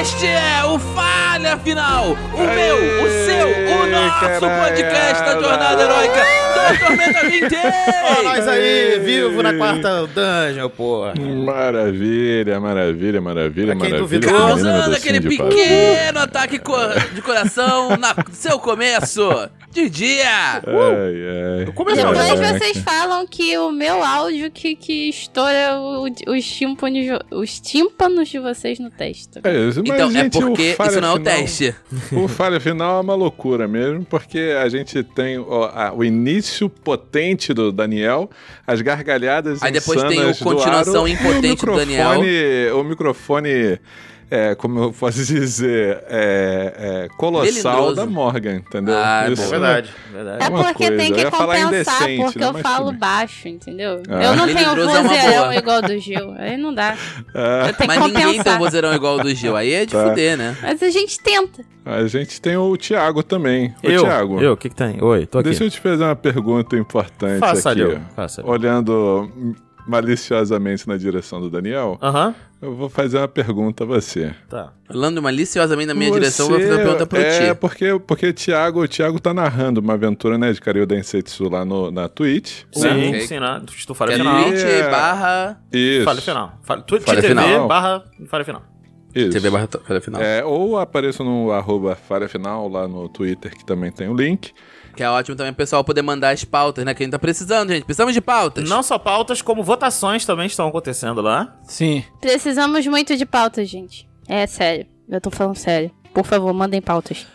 Este é o Falha Final! O meu, o seu, o nosso caralho. podcast da Jornada Heróica do Tormenta 20! Ó, nós aí, vivo na quarta dungeon, porra. Maravilha, maravilha, maravilha, Pra quem maravilha. duvidar. Menina Causando docinho aquele assim de pavio. pequeno ataque co- de coração no seu começo de dia! Ai, ai. Começou Caraca. Depois vocês falam que o meu áudio que, que estoura o- os, tímpanos, de- os tímpanos de vocês no texto. É, mas, Então, é gente, o porque falha isso não é o final- teste. O falha final é uma loucura mesmo, porque a gente tem o, a- o início potente do Daniel, as gargalhadas Aí depois tem insanas o continuação do Aro, impotente e do o Daniel. microfone- O microfone, é, como eu posso dizer, é, é, colossal Melindroso. da Morgan, entendeu? Ah, é É bom. verdade, verdade. É É uma porque coisa, tem eu que ia falar compensar, indecente, porque né, eu mas falo tudo bem. baixo, entendeu? Ah. Eu não Ele tenho entrosou uma vozeirão boa. igual do Gil. Aí não dá. Ah. Eu tenho Mas que ninguém tem um compensar. vozeirão igual ao do Gil. Aí é de Tá. fuder, né? Mas a gente tenta. A gente tem o Thiago também. Ô, Eu, Thiago, eu, o que que tem? Oi, tô aqui. deixa eu te fazer uma pergunta importante Faça, aqui. Leo, faça. Olhando maliciosamente na direção do Daniel, Aham, eu vou fazer uma pergunta a você. tá. Falando maliciosamente na minha Você- direção, eu vou fazer uma pergunta pro é, Ti. porque, porque o, Thiago, o Thiago tá narrando uma aventura, né, de Karyu Densetsu lá no, na Twitch. Sim, Ok. sim, né? Tu Que falha é final. Twitch. Twitch barra... Isso. Falha final. Falha, tu, Falha TV final. barra falha final. Isso. TV barra to- falha final. É, ou apareço no arroba falha final lá no Twitter, que também tem o link. Que é ótimo também o pessoal poder mandar as pautas, né? Que a gente tá precisando, gente. Precisamos de pautas. Não só pautas, como votações também estão acontecendo lá. Sim. Precisamos muito de pautas, gente. É sério. Eu tô falando sério. Por favor, mandem pautas.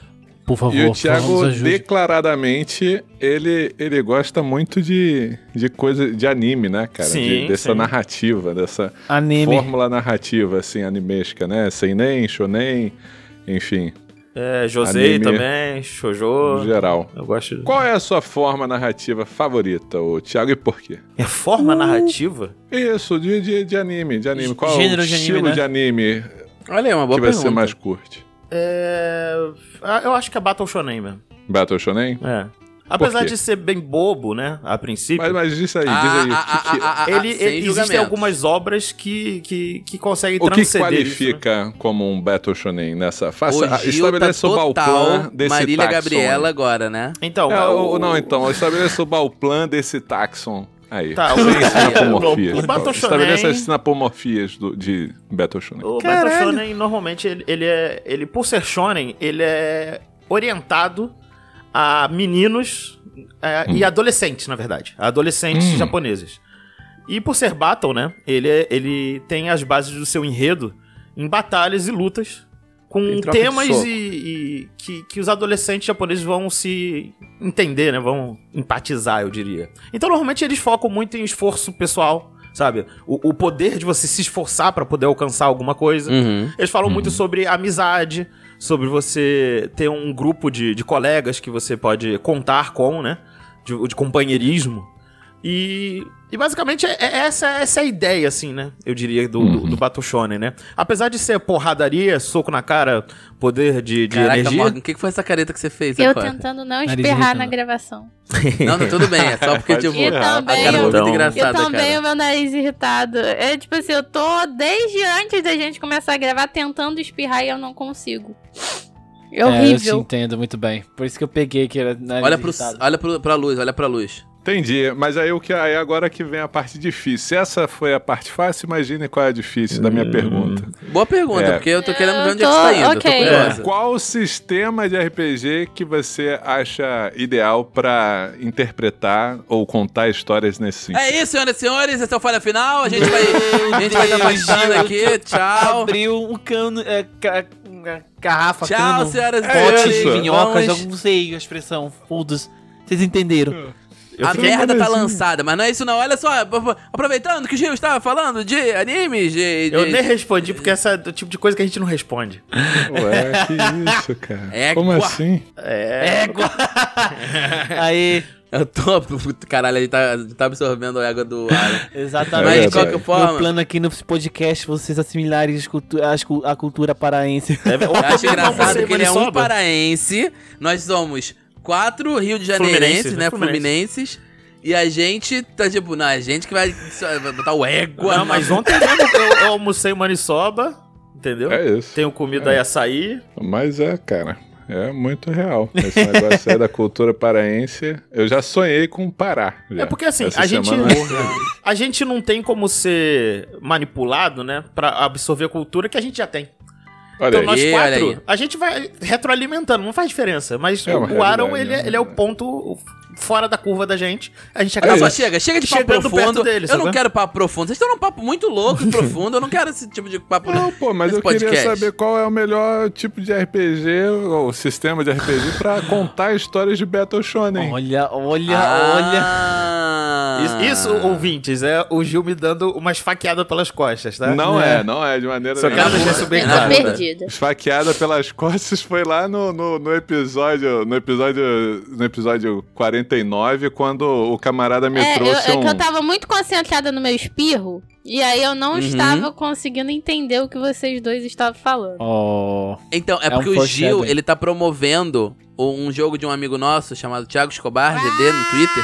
Por favor, E o por favor, nos Thiago, ajude. declaradamente, ele, ele gosta muito de, de coisa de anime, né, cara? Sim, De- dessa sim. narrativa, dessa Anime. é fórmula narrativa, assim, animesca, né? Seinen, shonen, enfim, É, Josei Anime. também, no Shoujo. geral. Eu gosto. de- Qual é a sua forma narrativa favorita, ô Thiago, e por quê? É forma narrativa? Isso, de, de, de anime, de anime. Qual é o Gênero de anime, estilo né? de anime Olha aí, uma boa que você pergunta. mais curte? É. ah, Eu acho que é Battle Shonen mesmo. Battle Shonen? É. Apesar quê? de ser bem bobo, né? A princípio. Mas, mas diz aí, diz Ah, aí. o ah, que é. ah, que- ah, ah, ele, sem ele- existem julgamento. algumas obras que, que, que conseguem O que transcender isso, né? qualifica como um Battle Shonen nessa? Faça, O a- Gil tá estabeleça o total balcão desse Marília taxon. Gabriela agora, né? Então, É, o- o- não, então, estabeleça o balcão desse taxon. Aí, Tá, sem o- sinapomorfias. então. o Battle Shonen- Estabeleça as sinapomorfias do, de Battle Shonen. O Battle Shonen, normalmente, ele, ele é. Ele, por ser Shonen, ele é orientado a meninos é, Hum. e adolescentes, na verdade. Adolescentes japoneses. E por ser Battle, né? Ele, é- ele tem as bases do seu enredo em batalhas e lutas. Com Em troca de temas soco. e, e que, que os adolescentes japoneses vão se entender, né? Vão empatizar, eu diria. Então, normalmente, eles focam muito em esforço pessoal, sabe? O, o poder de você se esforçar pra poder alcançar alguma coisa. Uhum. Eles falam muito sobre amizade, sobre você ter um grupo de, de colegas que você pode contar com, né? De, de companheirismo. E, e basicamente é- é essa, essa é a ideia, assim, né? Eu diria, do, do, Uhum. do Battle Shonen, né? Apesar de ser porradaria, soco na cara, poder de, de Caraca, energia. Morgan, o que que foi essa careta que você fez Eu agora? tentando não Nariz esperrar irritando. na gravação. Não, não, tudo bem. É só porque, Pode tipo, ir. E a também cara eu- foi muito Então- Eu engraçada, também, cara. o meu nariz irritado. É tipo assim, eu tô desde antes da gente começar a gravar tentando espirrar e eu não consigo. É É, eu te horrível. entendo muito bem. Por isso que eu peguei que era Tá nariz Olha, pro, irritado. olha pro, pra luz, olha pra luz. Entendi, mas aí o que aí agora que vem a parte difícil. Se essa foi a parte fácil, imagine qual é a difícil da minha pergunta. Boa pergunta, É. porque eu tô querendo ver Eu onde é que você tá tô- indo. ok. Eu tô curiosa. Qual sistema de RPG que você acha ideal pra interpretar ou contar histórias nesse sentido? É isso, senhoras e senhores, esse é o Falha Final. A gente vai a gente vai estar participando aqui. Tchau. Abriu um cano. É, ca- uma garrafa, Tchau, cano. senhoras e Pote senhores. de Vamos- minhocas, eu não sei a expressão. Foda-se. Vocês entenderam. Eu a fiquei merda tá cabezinho. lançada, mas não é isso não. Olha só, aproveitando que o Gil estava falando de animes, de... de- Eu nem respondi, porque essa é do tipo de coisa que a gente não responde. Ué, que isso, cara? É, Como qua- assim? É, é, Égua! Aí, Eu tô... puto, Caralho, ele tá, tá absorvendo a água do ar. exatamente. Mas de qualquer Meu Meu forma... plano aqui nesse podcast, vocês assimilarem as cultu- as cu- a cultura paraense. é, Eu Eu acho engraçado que ele é um Maniçoba. paraense. Nós somos quatro Rio de Janeirenses, Fluminenses, né? né? Fluminenses. E a gente tá tipo, não, a gente que vai só- vai botar o égua. Não, mas ontem mesmo eu, eu almocei maniçoba, entendeu? É isso. Tenho comida e açaí. Mas é, cara, é muito real. Esse negócio aí é da cultura paraense. Eu já sonhei com Pará. já. É porque assim, Essa a gente, semana- a gente não tem como ser manipulado, né? Pra absorver a cultura que a gente já tem. Olha Então aí. nós Ih, olha aí. quatro, a gente vai retroalimentando, não faz diferença. Mas É uma o Aaron, realidade, ele, é- né? ele é o ponto fora da curva da gente. A gente Não, acaba... É só chega, chega de papo Chegando profundo. perto dele, eu não sabe? quero papo profundo. Vocês estão num papo muito louco e profundo. Eu não quero esse tipo de papo. Não, pô, mas Esse eu queria podcast. saber qual é o melhor tipo de RPG, ou sistema de RPG, pra contar histórias de Battle Shonen. Olha, olha, Ah. olha. Isso- olha. Isso, ouvintes, é o Gil me dando umas faqueadas pelas costas, tá? Não é. não é, de maneira Só quero Não, deixar não. isso bem Não, Tá claro. não. perdida. Esfaqueada pelas costas foi lá no, no, no episódio. No episódio. No episódio 49, quando o camarada me É, eu, trouxe é um. que eu tava muito concentrada no meu espirro. E aí eu não Uhum. estava conseguindo entender o que vocês dois estavam falando. Oh. Então, é, É um porque o Gil, foreshadowing. ele tá promovendo um jogo de um amigo nosso chamado Thiago Escobar, GD, um no Twitter.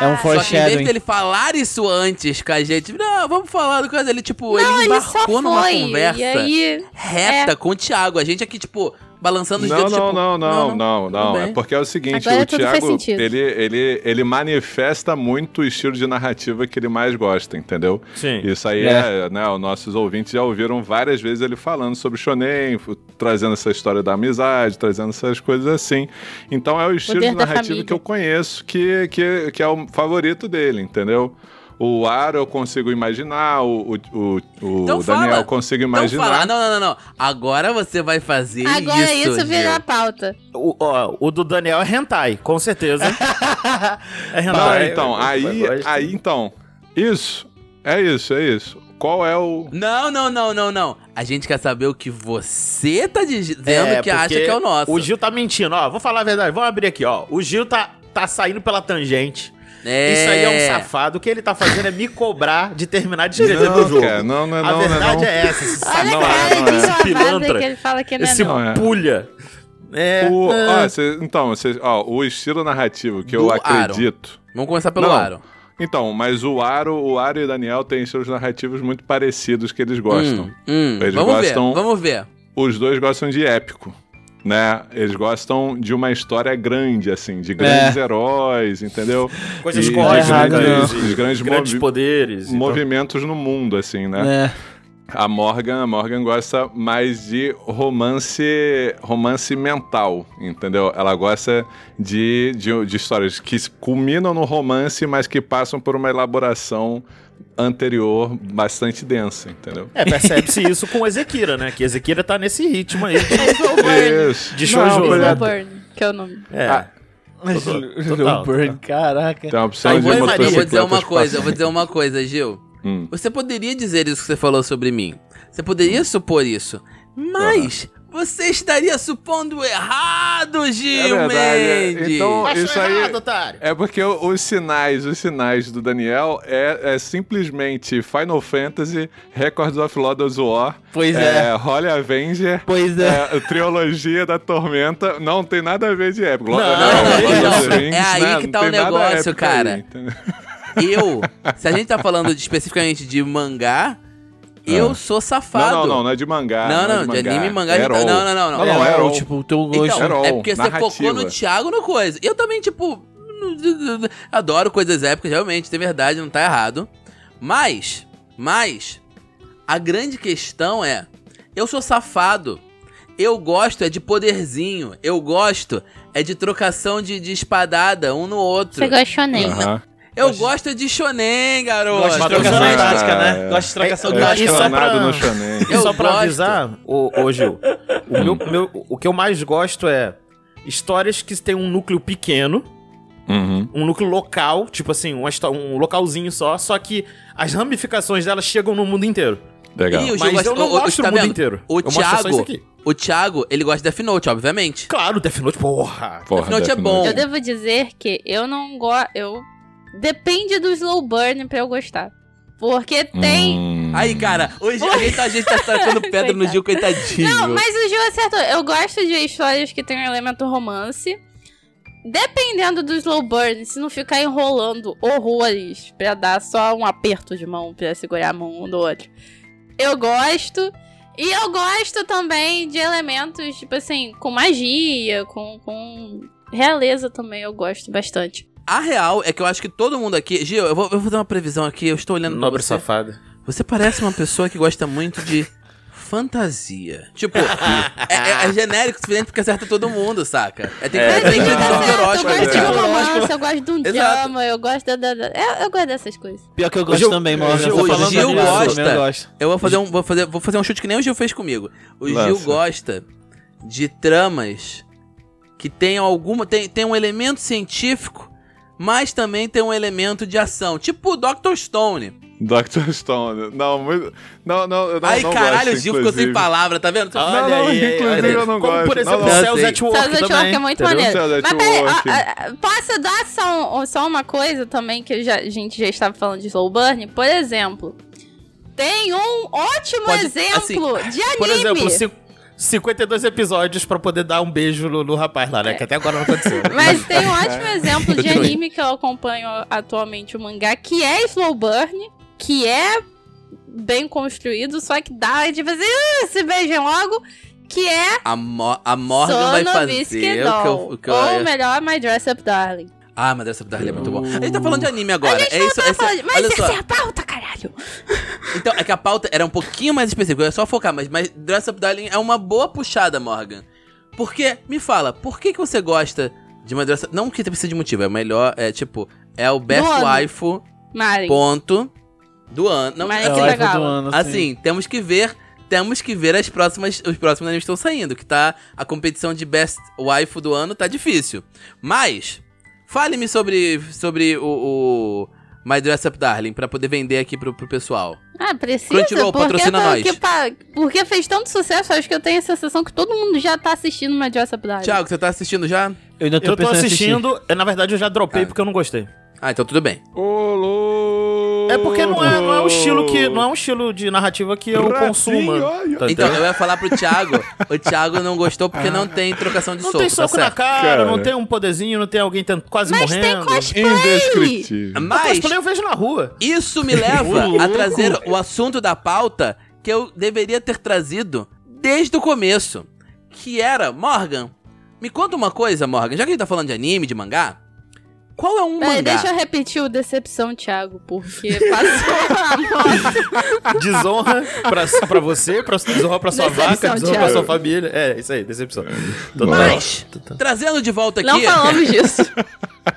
É um Só que em vez foreshadowing. dele falar isso antes com a gente, não, vamos falar do coisa. Ele, tipo, ele Ele só embarcou numa foi. conversa E aí. é reta com o Thiago. A gente aqui, tipo, balançando os Não, não, dedos, tipo, não, não, não, não, tudo É bem. porque é o seguinte, Agora o tudo faz Thiago, sentido. ele, ele, ele manifesta muito o estilo de narrativa que ele mais gosta, entendeu? Sim. Isso aí é, né? Os nossos ouvintes já ouviram várias vezes ele falando sobre Shonen, f- trazendo essa história da amizade, trazendo essas coisas assim. Então é o estilo Poder de da narrativa família. que eu conheço, que, que, que é o favorito dele, entendeu? O Aro eu consigo imaginar, o, o, o, o Então fala. Daniel eu consigo Então imaginar. fala, não, não, não, não. Agora você vai fazer Agora isso. isso, virou a Gil. pauta. O, ó, o do Daniel é hentai, com certeza. é hentai. Não, então, eu- eu aí, gosto. aí então, isso, é isso, é isso. Qual é o... Não, não, não, não, não. A gente quer saber o que você tá dizendo É, que acha porque que é o nosso. O Gil tá mentindo, ó. Vou falar a verdade, vamos abrir aqui, ó. O Gil tá, tá saindo pela tangente. É. Isso aí é um safado. O que ele tá fazendo é me cobrar de terminar de escrever do jogo. cara, não, não, é a não, não, verdade não. é essa. Esse Olha safado, não a cara é, não é. de esse lavada que né? pilantra, ele fala que não é esse não. é. pulha. É, O, ah, ó, cê- então, cê- ó, o estilo narrativo que Do eu Aaron. acredito. Vamos começar pelo Não. Aaron. Então, mas o Aro, o Aro e o Daniel têm seus narrativos muito parecidos que eles gostam. Hum, hum. Eles Vamos ver, gostam- vamos ver. Os dois gostam de épico, né? Eles gostam de uma história grande, assim, de É. grandes heróis, entendeu? coisas E de cósmicas, grandes- e de né? grandes né? grandes movi- poderes. então. e tal. Movimentos no mundo, assim, né? A Morgan, a Morgan gosta mais de romance, romance mental, entendeu? Ela gosta de, de, de histórias que se culminam no romance, mas que passam por uma elaboração anterior bastante densa, entendeu? É, percebe-se isso com Ezequira, né? Que Ezequira tá nesse ritmo aí. Isso. De shoujo, Não, né? mulher, Burn, que é o nome. É. Ah, Total, Joe total. Burn, caraca. Tem a opção Aí de vou- Oi, Maria, eu vou motocicletas dizer uma coisa, eu vou passando. dizer uma coisa, Gil. Hum. Você poderia dizer isso que você falou sobre mim. Você poderia supor isso. Mas você estaria supondo errado, Gil É verdade, Mendes. é. Então- Achou Isso aí- errado, otário. É porque o- os sinais, os sinais do Daniel é, é simplesmente Final Fantasy, Records of Lodoss War, Pois é. é, Holy Avenger, Pois é. É, a trilogia da Tormenta não tem nada a ver de épico. né, Lo- Não, Lord of the não, Rings, é aí né, que não tá tem o nada negócio, épico cara. aí, entendeu? Eu, se a gente tá falando de- especificamente de mangá, eu sou safado. Ah. não, não, não, não é de mangá. Não, é não, de anime e mangá, tá- não, Errol. não, não, não. Não, não, é, Errol. tipo, teu Então, gosto. Errol, é porque você narrativa. focou no Thiago no coisa. Eu também, tipo, adoro coisas épicas, realmente, tem verdade, não tá errado. Mas, mas, a grande questão é, eu sou safado. Eu gosto é de poderzinho, eu gosto é de trocação de, de espadada um no outro. Você gosta de shonen. Aham. Eu gosto de shonen, garoto. Gosto de Mas trocação também- tática, Ah, é. né? Gosto de trocação né? É, É acho que tática. só explanado pra- no Shonen. E só Eu pra gosto. Hum. avisar, ô, ô, Gil, o, meu, meu- o que eu mais gosto é histórias que tem um núcleo pequeno, Uhum. um núcleo local, tipo assim, uma histó- um localzinho só, só que as ramificações delas chegam no mundo inteiro. Legal. E o Gil Mas gosta- eu não o- o- mostro tá o mundo vendo? inteiro. O eu mostro só Thiago- isso aqui. O Thiago, ele gosta de Death Note, obviamente. Claro, Death Note, porra. Porra, Death Note é Death bom. Eu devo dizer que eu não gosto. Eu. Depende do slow burn pra eu gostar. Porque tem. Hum. Aí, cara, hoje a gente, tá- a gente tá tacando pedra no Gil, coitadinho. Não, mas o Gil acertou. Eu gosto de histórias que tem um elemento romance. Dependendo do slow burn, se não ficar enrolando horrores pra dar só um aperto de mão pra segurar a mão um do outro. eu gosto. E eu gosto também de elementos, tipo assim, com magia, com, com realeza também, eu gosto bastante. A real é que eu acho que todo mundo aqui. Gil, eu vou, eu vou dar uma previsão aqui, eu estou olhando Nobre pra né, você. safado. Você parece uma pessoa que gosta muito de fantasia. Tipo, é, é- é genérico, diferente porque acerta todo mundo, saca? É tem que É, é, Mas tem tem que que dar ter certo, eu horóscopo, gosto de tipo, um horóscopo. romance, eu gosto de um Exato. drama, eu gosto da, da- da- eu, eu gosto dessas coisas. Pior que eu gosto Gil- também, mano. Gil- Só o falando né? Gil da minha- gosta. Eu gosto. Eu vou fazer um. Vou fazer, vou fazer um chute que nem o Gil fez comigo. O Gil Lança. gosta de tramas que tenham alguma. Tem, tem um elemento científico, mas também tem um elemento de ação. Tipo o Dr. Stone. Dr. Stone. Não, muito. Não, não, eu não, Aí, não caralho, gosto, o Gil ficou sem inclusive. palavra, tá vendo? Ah, não, inclusive eu não Como, gosto. por exemplo, Não, o não, Cells sei. at Só Work o também. Network é muito entendeu? maneiro. Só o Mas peraí, Network. ó, ó, ó, posso dar só, um- só uma coisa também, que eu já- a gente já estava falando de slow burn? Por exemplo, tem um ótimo Pode- exemplo de anime. Por exemplo, cin- 52 episódios pra poder dar um beijo no, no rapaz lá, É. né? Que até agora não aconteceu. Mas tem um ótimo exemplo de anime que eu acompanho atualmente, o mangá, que é slow burn, que é bem construído, só que dá tipo assim, "Ah, se beijem logo, que é A, Mo- a Morgan vai Sono fazer Bisque o que eu, Doll, o que eu ou ia- melhor, My Dress Up Darling. Tá Ah, mas essa Darling é muito bom. A gente tá falando de anime agora. Hum. A gente é não isso, tá essa- falando de- Mas olha essa só. é a pauta, caralho! Então, é que a pauta era um pouquinho mais específica, eu ia só focar, mas, mas Dress Up Darling é uma boa puxada, Morgan. Porque, me fala, por que, que você gosta de uma Dress Up... Não que precisa de motivo, é o melhor, é tipo, é o best Do ano. waifu, Mari, ponto, do ano. Não, Mas É assim, o que iPhone legal. do ano, assim. assim, temos que ver, temos que ver as próximas, os próximos animes que estão saindo, que tá, a competição de best waifu do ano tá difícil. Mas, fale-me sobre, sobre o... o My Dress Up Darling, pra poder vender aqui pro, pro pessoal. Ah, precisa? Crunchyroll, porque, patrocina tá- nós. que pa- porque fez tanto sucesso, acho que eu tenho a sensação que todo mundo já tá assistindo My Dress Up Darling. Thiago, você tá assistindo já? Eu ainda tô, Eu tô pensando em assistir. assistindo, é, na verdade eu já dropei Cara. porque eu não gostei. Ah, então tudo bem. Ô, louco! É porque não é, não é um estilo que. Não é um estilo de narrativa que eu Ratinho, consumo. olha. Tá Então, entendendo? eu ia falar pro Thiago, o Thiago não gostou porque não tem trocação de não soco, tem soco tá na certo? cara, Cara. não tem um poderzinho, não tem alguém tent- quase Mas tem morrendo. cosplay. Indescritível. Mas Cosplay eu vejo na rua. isso me leva a trazer o assunto da pauta que eu deveria ter trazido desde o começo, que era, Morgan, me conta uma coisa, Morgan, já que a gente tá falando de anime, de mangá, qual é um Peraí, mangá? deixa eu repetir o Decepção, Thiago, porque passou a moto. Desonra pra, pra você, pra, desonra pra sua Decepção, vaca, desonra pra Thiago. sua família. É, isso aí, decepção. Total. Mas, trazendo de volta aqui... Não falamos disso.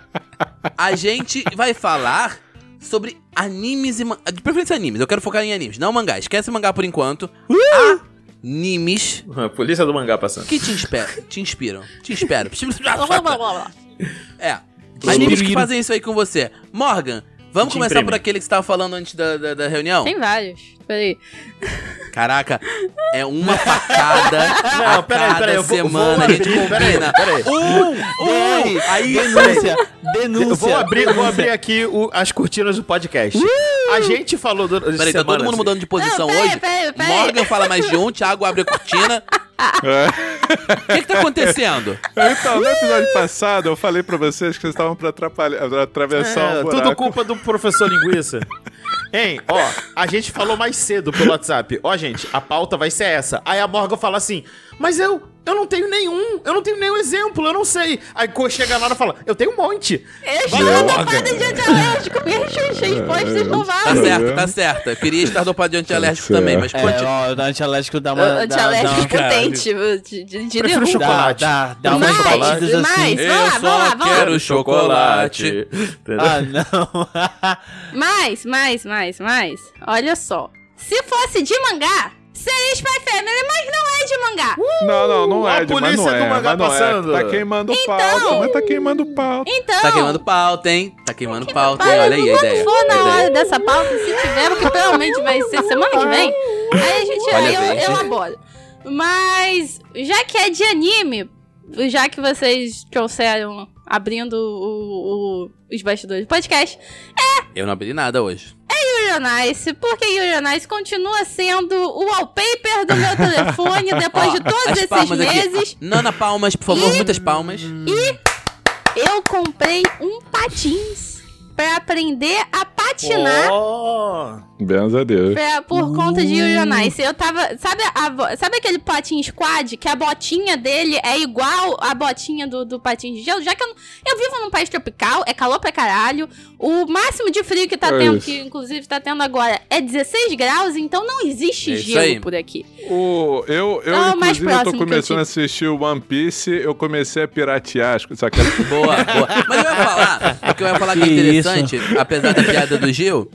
a gente vai falar sobre animes e man... De preferência animes, eu quero focar em animes, não mangá. Esquece mangá por enquanto. Uh! Animes A polícia do mangá passando. que te inspiram. te inspiram. Te inspiram. blá, blá, blá, blá. é. Animes que Inspiram. fazem isso aí com você. Morgan, vamos Te começar imprimem. por aquele que você tava falando antes da, da, da reunião? Tem vários. Peraí. Caraca, é uma facada a Não, peraí, cada peraí, eu vou- semana vou a gente abrir, peraí, combina. peraí. Um, um, Ei, aí... Uh, denúncia, denúncia. Eu vou abrir, vou abrir aqui o- as cortinas do podcast. Uh! A gente falou durante Peraí, tá todo assim. mundo mudando de posição Não, peraí, hoje? peraí, peraí. Morgan fala mais de um, Thiago abre a cortina. É. O que, que tá acontecendo? Então, no episódio passado, eu falei pra vocês que vocês estavam pra atrapalhar, pra atravessar É, o buraco. tudo culpa do professor linguiça. Hein, ó, a gente falou mais cedo pelo WhatsApp. Ó, gente, a pauta vai ser essa. Aí a Morgan fala assim: Mas eu, eu não tenho nenhum, eu não tenho nenhum exemplo, eu não sei. Aí co- chega lá e fala: Eu tenho um monte. Eu estou Valeu, tapada é de antialérgico. Minhas respostas não Tá Tá valem. certo, vendo? tá certo. Eu queria estar dopado de Tá antialérgico certo. também, mas É, continua. ó, o antialérgico dá uma... dá- dá Antialérgico uma- potente. tipo, De, de, de Prefiro derruba. chocolate. Dá, dá, dá uma Mas, chocolates assim. mas- É, Vamos lá, vamos lá, vamos lá. Entendeu? Ah, não. Mais, mais, mais, mais. Olha só. Se fosse de mangá, seria Spy Family, mas não é de Uh! mangá. Não, não, não A é, Ed, mas polícia não do é, mangá mas não passando. é. Tá queimando pauta, mas tá queimando pauta. Então. Tá queimando pauta, hein? Tá queimando pauta, hein? Olha, Olha aí a quando ideia. for a na ideia. hora dessa pauta, se tiver, porque provavelmente vai ser semana que vem, aí a gente Olha aí eu, bem, gente. elabora. Mas, já que é de anime, já que vocês trouxeram abrindo o- o- os bastidores do podcast, Eu não abri nada hoje. Yuri on Ice, porque Yuri on Ice continua sendo o wallpaper do meu telefone depois de Ó, todos as esses palmas aqui. meses. Nana, palmas, por favor, muitas palmas. Eu comprei um patins pra aprender a patinar Oh, Graças a Deus. pra- por conta de Hum. Yuri on Ice. Eu tava. Sabe, a vo- sabe aquele patins quad que a botinha dele é igual a botinha do, do patins de gelo? Já que eu, não- eu vivo num país tropical, é calor pra caralho. O máximo de frio que tá É tendo, isso. que inclusive tá tendo agora, é 16 graus, então não existe É isso gelo aí. por aqui. O, eu, eu Ah, o mais inclusive, eu tô próximo que eu começando tive. a assistir o One Piece, eu comecei a piratear, acho que é só quero... Boa, boa. Mas eu ia falar, o que eu ia falar que é Que interessante, apesar da piada do Gil,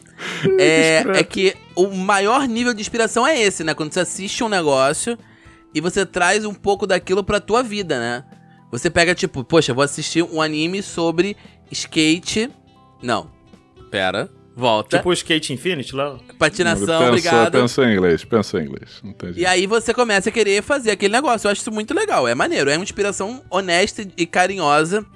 é, é que o maior nível de inspiração é esse, né? Quando você assiste um negócio e você traz um pouco daquilo pra tua vida, né? Você pega, tipo, poxa, vou assistir um anime sobre skate. Não. Pera. Volta. tipo o Skate Infinity lá. Patinação, pensou, obrigado. pensou em inglês, pensou em inglês. Não tem E jeito. aí você começa a querer fazer aquele negócio. Eu acho isso muito legal. É maneiro. É uma inspiração honesta e carinhosa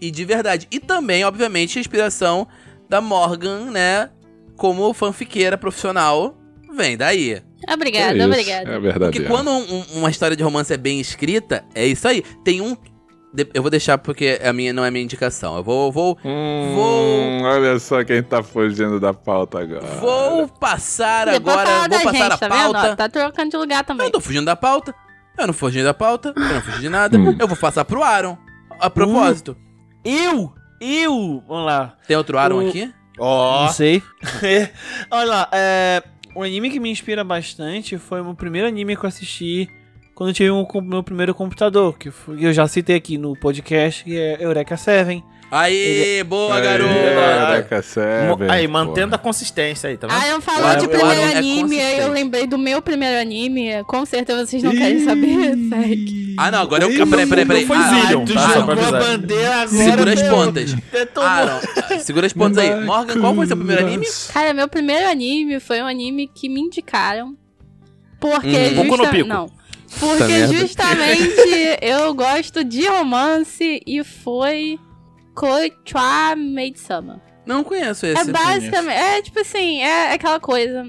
e de verdade. E também, obviamente, a inspiração da Morgan, né? Como fanfiqueira profissional. Vem daí. Obrigada, é isso, obrigada. É verdade. Porque quando um- um- uma história de romance é bem escrita, é isso aí. Tem um. de- Eu vou deixar porque a minha não é minha indicação. Eu vou, vou, Hum, Vou- Olha só quem tá fugindo da pauta agora. vou passar Depois agora. fala da Vou passar gente, a tá pauta. vendo? Ó, Tá trocando de lugar também. Eu não tô fugindo da pauta. Eu não fugi da pauta. Eu não fugi de nada. Hum. Eu vou passar pro Aaron. A propósito, Eu! Eu! Vamos lá. tem outro Aaron O- aqui? Ó, Não sei. Olha lá, é, um anime que me inspira bastante foi o primeiro anime que eu assisti quando eu tive o meu primeiro computador, que foi- eu já citei aqui no podcast, que é Eureka Seven. Aê, é- boa, garoto! Caraca, é mo- sério. aí, mantendo a consistência aí, tá vendo? Ah, eu falou Claro, de o primeiro Aaron é anime, aí eu consistente. lembrei do meu primeiro anime. Com certeza vocês não querem saber, segue. Ah, não, agora eu. Ih, Peraí, peraí, peraí. Ah, não foi Aaron, Zillion, Aaron, tá? Aaron, pra avisar. bandeira agora. Segura as meu. pontas. Detonou. Aaron, ah, segura as pontas aí. Morgan, qual foi seu primeiro anime? Cara, meu primeiro anime foi um anime que me indicaram. Porque Hum. Boku no justa- Pico. Não. Puta Porque merda. justamente eu gosto de romance e foi Koichua Maid-sama. Não conheço É esse. basicamente. É tipo assim, é aquela coisa.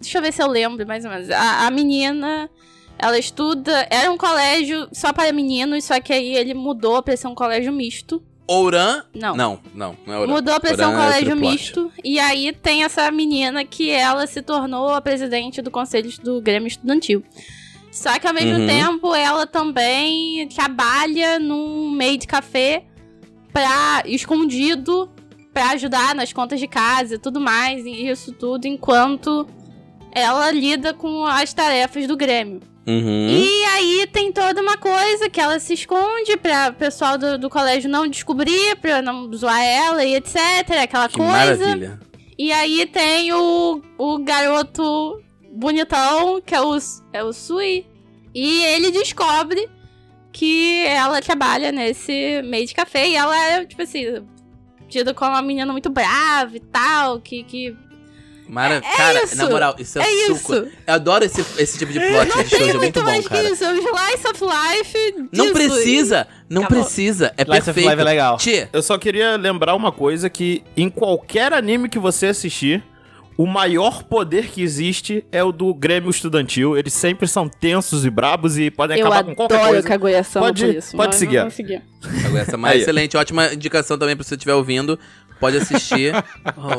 Deixa eu ver se eu lembro mais ou menos. A, a menina, ela estuda. Era um colégio só para meninos, só que aí ele mudou pra ser um colégio misto. Ouran? Não. Não, não, não é Ouran. Mudou pra ser um Porã é colégio triplante. misto. E aí tem essa menina que ela se tornou a presidente do conselho do Grêmio Estudantil. Só que ao mesmo Uhum. tempo ela também trabalha num meio de café pra, escondido pra ajudar nas contas de casa e tudo mais. E isso tudo enquanto ela lida com as tarefas do Grêmio. Uhum. E aí tem toda uma coisa que ela se esconde pra o pessoal do, do colégio não descobrir, pra não zoar ela e etc. Aquela que coisa. maravilha. E aí tem o, o garoto bonitão, que é o, é o Sui. E ele descobre que ela trabalha nesse meio de café e ela é, tipo assim, tida como uma menina muito brava e tal, que. que... Mara... Cara, É, isso. na moral, isso é, É suco. isso! Eu adoro esse, esse tipo de plot de show, é Tem muito muito bom, mais que cara. isso, é um slice of life. Não disso. precisa, não Acabou. precisa. É Life of perfeito. Life é legal. Tchê, Eu só queria lembrar uma coisa que em qualquer anime que você assistir, o maior poder que existe é o do Grêmio Estudantil. Eles sempre são tensos e brabos e podem Eu acabar com qualquer adoro coisa. Kaguya-sama Pode- por isso. pode mas seguir. Não consegui. Agora, essa é mais Aí. excelente, ótima indicação também pra você estiver ouvindo. Pode assistir ó,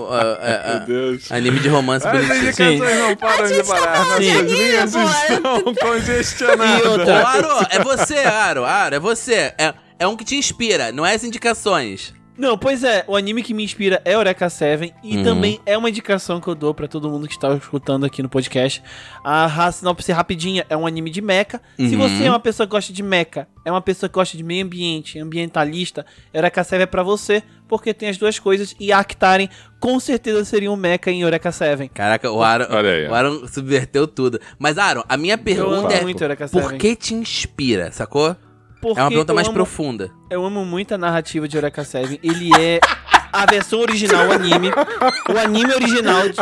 ó, é, Meu é, Deus. anime de romance As bonitinho. indicações não param de parar. Nossas tá de anime, linhas pô. é estão E congestionadas. Ô, outra. Aro, é você, Aro, Aro, é você. É, é um que te inspira, não é as indicações. Não, pois é, o anime que me inspira é Eureka Seven e Uhum. também é uma indicação que eu dou pra todo mundo que está escutando aqui no podcast. A ra- sinopse rapidinha é um anime de mecha. Se Uhum. você é uma pessoa que gosta de mecha, é uma pessoa que gosta de meio ambiente, ambientalista, Eureka Seven é pra você, porque tem as duas coisas e Actaren com certeza seria um mecha em Eureka Seven. Caraca, o Aro, Olha aí, ó. o Aro subverteu tudo. Mas, Aro, a minha Eu amo pergunta é muito Eureka Seven. por que te inspira, sacou? Porque é uma pergunta eu mais amo- profunda. Eu amo muito a narrativa de Eureka Seven. Ele é a versão original, o anime. O anime original de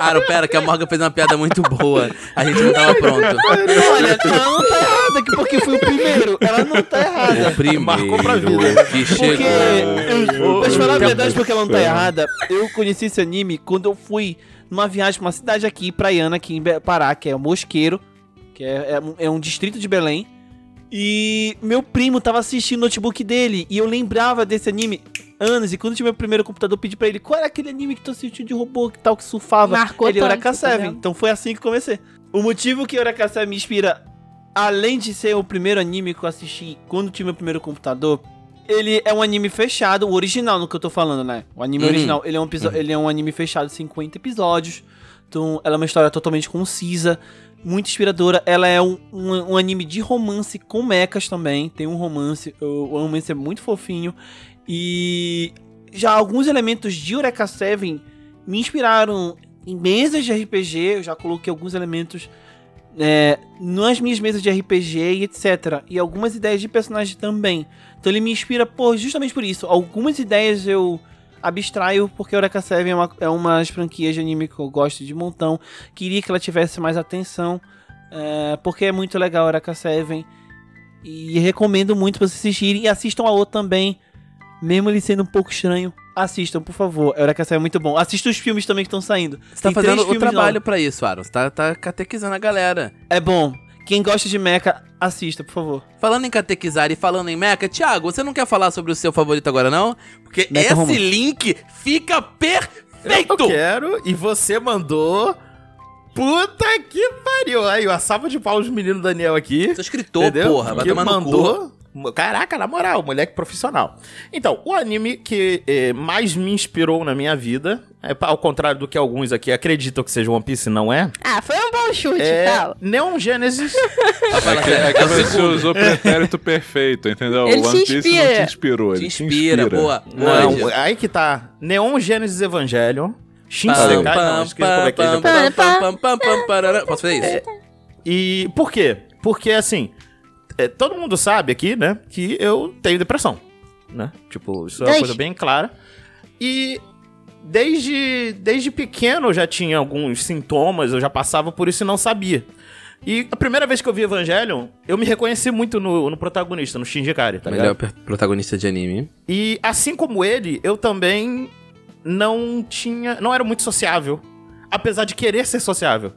Aro, pera, que a Morgan fez uma piada muito boa. A gente não tava pronto. Olha, ela não tá errada, que porque foi o primeiro. Ela não tá errada. O primeiro Marcou pra vida. que Porque. chegou. eu- Vou te falar a verdade, porque ela não tá errada. Eu conheci esse anime quando eu fui numa viagem pra uma cidade aqui, praiana, aqui em Be- Pará, que é o Mosqueiro, que é, é um- é um distrito de Belém. E meu primo tava assistindo o notebook dele e eu lembrava desse anime anos. E quando tiver o primeiro computador, eu pedi pra ele qual era aquele anime que tu assistiu de robô que tal, que surfava. Marcou ele tanto, Eureka tá 7. vendo? então foi assim que comecei. O motivo que Eureka 7 me inspira, além de ser o primeiro anime que eu assisti quando tive meu primeiro computador, ele é um anime fechado, o original no que eu tô falando, né? O anime Uhum. original, ele é, um episo- Uhum. ele é um anime fechado, 50 episódios. Então, ela é uma história totalmente concisa, muito inspiradora. Ela é um, um, um anime de romance com mechas também. Tem um romance, o, o romance é muito fofinho. E já alguns elementos de Eureka 7 me inspiraram em mesas de RPG. Eu já coloquei alguns elementos é, nas minhas mesas de RPG e etc. E algumas ideias de personagem também. Então ele me inspira por, justamente por isso. Algumas ideias eu abstraio, porque Eureka 7 é uma, é uma franquia de anime que eu gosto de montão. Queria que ela tivesse mais atenção, é, porque é muito legal Eureka 7. E recomendo muito vocês assistirem. E assistam a O também, mesmo ele sendo um pouco estranho. Assistam, por favor. Eureka 7 é muito bom. Assista os filmes também que estão saindo. Você tá Tem três fazendo o filmes trabalho novos. pra isso, Aaron. Você tá, tá catequizando a galera. É bom. Quem gosta de mecha, assista, por favor. Falando em catequizar e falando em Mecha, Thiago, você não quer falar sobre o seu favorito agora, não? Porque Mecha esse Romance. link fica perfeito! Eu quero e você mandou. Puta que pariu! Aí, a salva de pau dos meninos Daniel aqui. Sou escritor, porra, vai que tomar no cu. mandou. Caraca, na moral, moleque profissional. Então, o anime que eh, mais me inspirou na minha vida, é, pa- ao contrário do que alguns aqui acreditam que seja One Piece, não é? Ah, foi um bom chute, É fala. Neon Genesis É que, é que você usou pretérito perfeito, entendeu? Ele o te One Piece não te inspira. inspirou, Te ele inspira, boa. Não, Mande. aí que tá. Neon Genesis Evangelion. Shinsekai, não, esqueci como é que é em pam, japonês. pam, pam, pam, pam, pam, parará. Posso fazer isso? E por quê? Porque, assim, é, todo mundo sabe aqui, né, que eu tenho depressão, né? Tipo, isso é uma Dois. coisa bem clara. E desde, desde pequeno eu já tinha alguns sintomas, eu já passava por isso e não sabia. E a primeira vez que eu vi Evangelion, eu me reconheci muito no, no protagonista, no Shinji Ikari, tá ligado? Melhor per- protagonista de anime. E assim como ele, eu também não tinha. não era muito sociável. Apesar de querer ser sociável.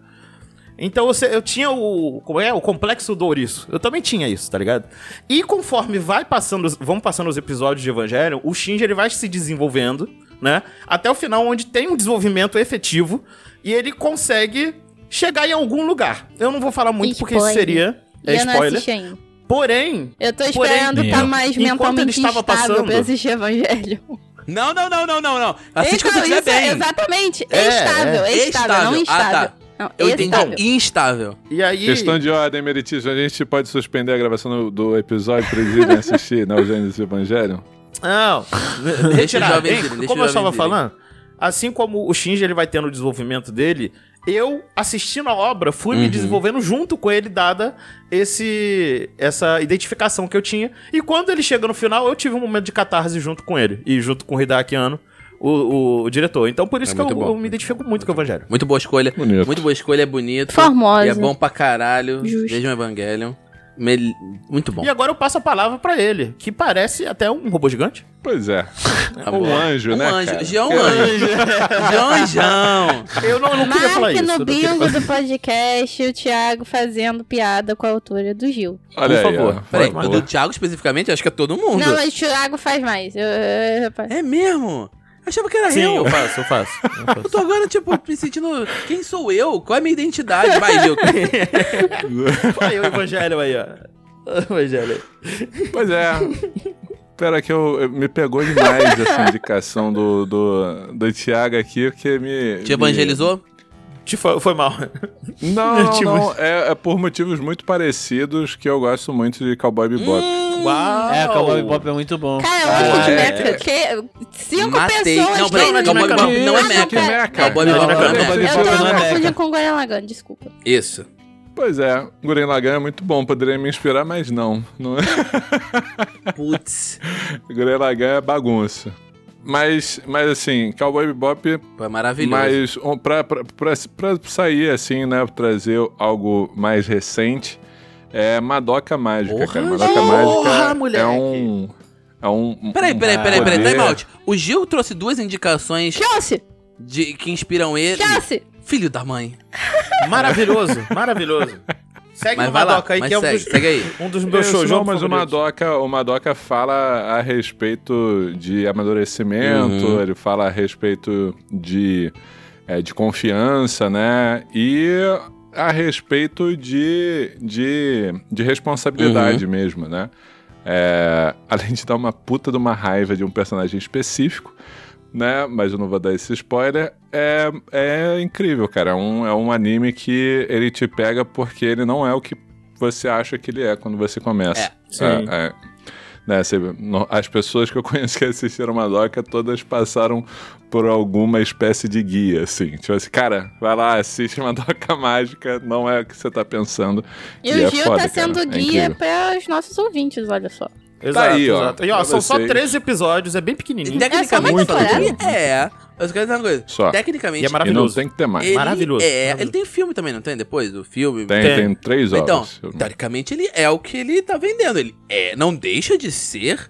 Então eu, se- eu tinha o. Como é? O complexo do ouriço. Eu também tinha isso, tá ligado? E conforme vai passando, os- vão passando os episódios de Evangelho, o Shinji ele vai se desenvolvendo, né? Até o final, onde tem um desenvolvimento efetivo e ele consegue chegar em algum lugar. Eu não vou falar muito porque isso Spoiler. seria. É eu não spoiler. assisti ainda. Porém, Eu tô Porém, esperando estar tá mais enquanto ele mentalmente estava estável pra passando- eu assistir Evangelho. Não, não, não, não, não, não. Assiste Então, quando você estiver isso é bem. Exatamente. É, É, estável, é, estável, não instável. Ah, tá. Não, Eu estável. entendi. Instável. e aí. Questão de ordem, Meritício, a gente pode suspender a gravação do, do episódio pra eles irem assistir né, Neon Genesis Evangelion? Não. Deixa os Retirar. jovens Hein, irem, deixa como eu os jovens estava irem. falando, assim como o Shinji ele vai tendo o desenvolvimento dele, eu assistindo a obra fui me Uhum. desenvolvendo junto com ele dada esse essa identificação que eu tinha. E quando ele chega no final, eu tive um momento de catarse junto com ele e junto com o Hideaki Anno, o, o- o diretor. Então por isso É que eu, muito bom, eu muito me identifico muito com o Evangelho. Muito boa escolha. Bonito. Muito boa escolha, é bonito. Formosa. E é bom pra caralho. Justo. Vejam Evangelion. Mel- Muito bom. é E agora eu passo a palavra pra ele, que parece até um robô gigante. Pois é. Tá um bom. anjo, um né, anjo. cara? Jean é um anjo. é um Joãozão. Eu não, eu não queria falar Marque isso. eu no não queria bingo falar- do podcast o Thiago fazendo piada com a altura do Gil. Olha Por aí, favor. ó. Peraí, Boa. o do Thiago especificamente, acho que é todo mundo. Não, mas o Thiago faz mais. Eu, eu, eu, rapaz. É mesmo? Eu achava que era Sim, eu. eu faço, eu faço. Eu faço. Eu tô agora, tipo, me sentindo. Quem sou eu? Qual é a minha identidade? Vai, Gil. Aí o Evangelho aí, ó. O Evangelho aí. Pois é. Pera que eu, eu- me pegou demais essa indicação do, do, do Tiago aqui, porque me... Te me- evangelizou? Te foi, foi mal. Não, não, Te não. É, é por motivos muito parecidos que eu gosto muito de Cowboy Bebop. Hum, Uau! É, Cowboy Bebop é muito bom. Cara, eu Ah, gosto de é. meca. que- Cinco Matei. pessoas. Não, três peraí, Cowboy meninos. Bebop não é Ah, Mecha. pera. Meca. Cowboy Não, Bebop não, não é Mecha. não, não. Eu Bebop não é tô meca. confundindo com Gurren Lagann, desculpa. Isso. Pois é, Guren Lagann é muito bom, poderia me inspirar, mas não. não é. Putz. Guren Lagann é bagunça. Mas, mas assim, Cowboy Bebop, Foi maravilhoso. mas um, pra, pra, pra, pra sair assim, né, trazer algo mais recente, é Madoka Mágica, Porra, cara. Madoka gente. Porra, Mágica moleque. é um... É um Peraí, um peraí, peraí, tá peraí. poder- Time out. O Gil trouxe duas indicações Chelsea! de, que inspiram ele. Chelsea! Filho da mãe. Maravilhoso, maravilhoso. Segue Mas o vai lá, Madoka aí, mas que é um segue, dos, segue aí. um dos meus Isso, shows. não, mas o Madoka, o Madoka fala a respeito de amadurecimento, Uhum. ele fala a respeito de, é, de confiança, né? E a respeito de, de, de responsabilidade mesmo, né? É, além de dar uma puta de uma raiva de um personagem específico, né? Mas eu não vou dar esse spoiler. É, é incrível, cara. É um, é um anime que ele te pega porque ele não é o que você acha que ele é quando você começa. Sim. É, é. Né, você- no- as pessoas que eu conheço que assistiram Madoka, todas passaram por alguma espécie de guia, assim. Tipo assim, cara, vai lá, assiste Madoka Mágica, não é o que você tá pensando. E o é Gil foda, tá sendo cara, é guia incrível. para os nossos ouvintes, olha só. Exato, Tá aí, ó, exato. E ó, pra são só vocês. 13 episódios, é bem E pequenininho. tecnicamente só uma falando, é. Eu só quero dizer uma coisa. Só. Tecnicamente, E é E não maravilhoso. tem que ter mais. ele maravilhoso, É, maravilhoso. ele tem filme também, não tem? Depois o filme. Tem, Tem. tem, três horas. Então, se eu não- teoricamente ele é o que ele tá vendendo. Ele é, não deixa de ser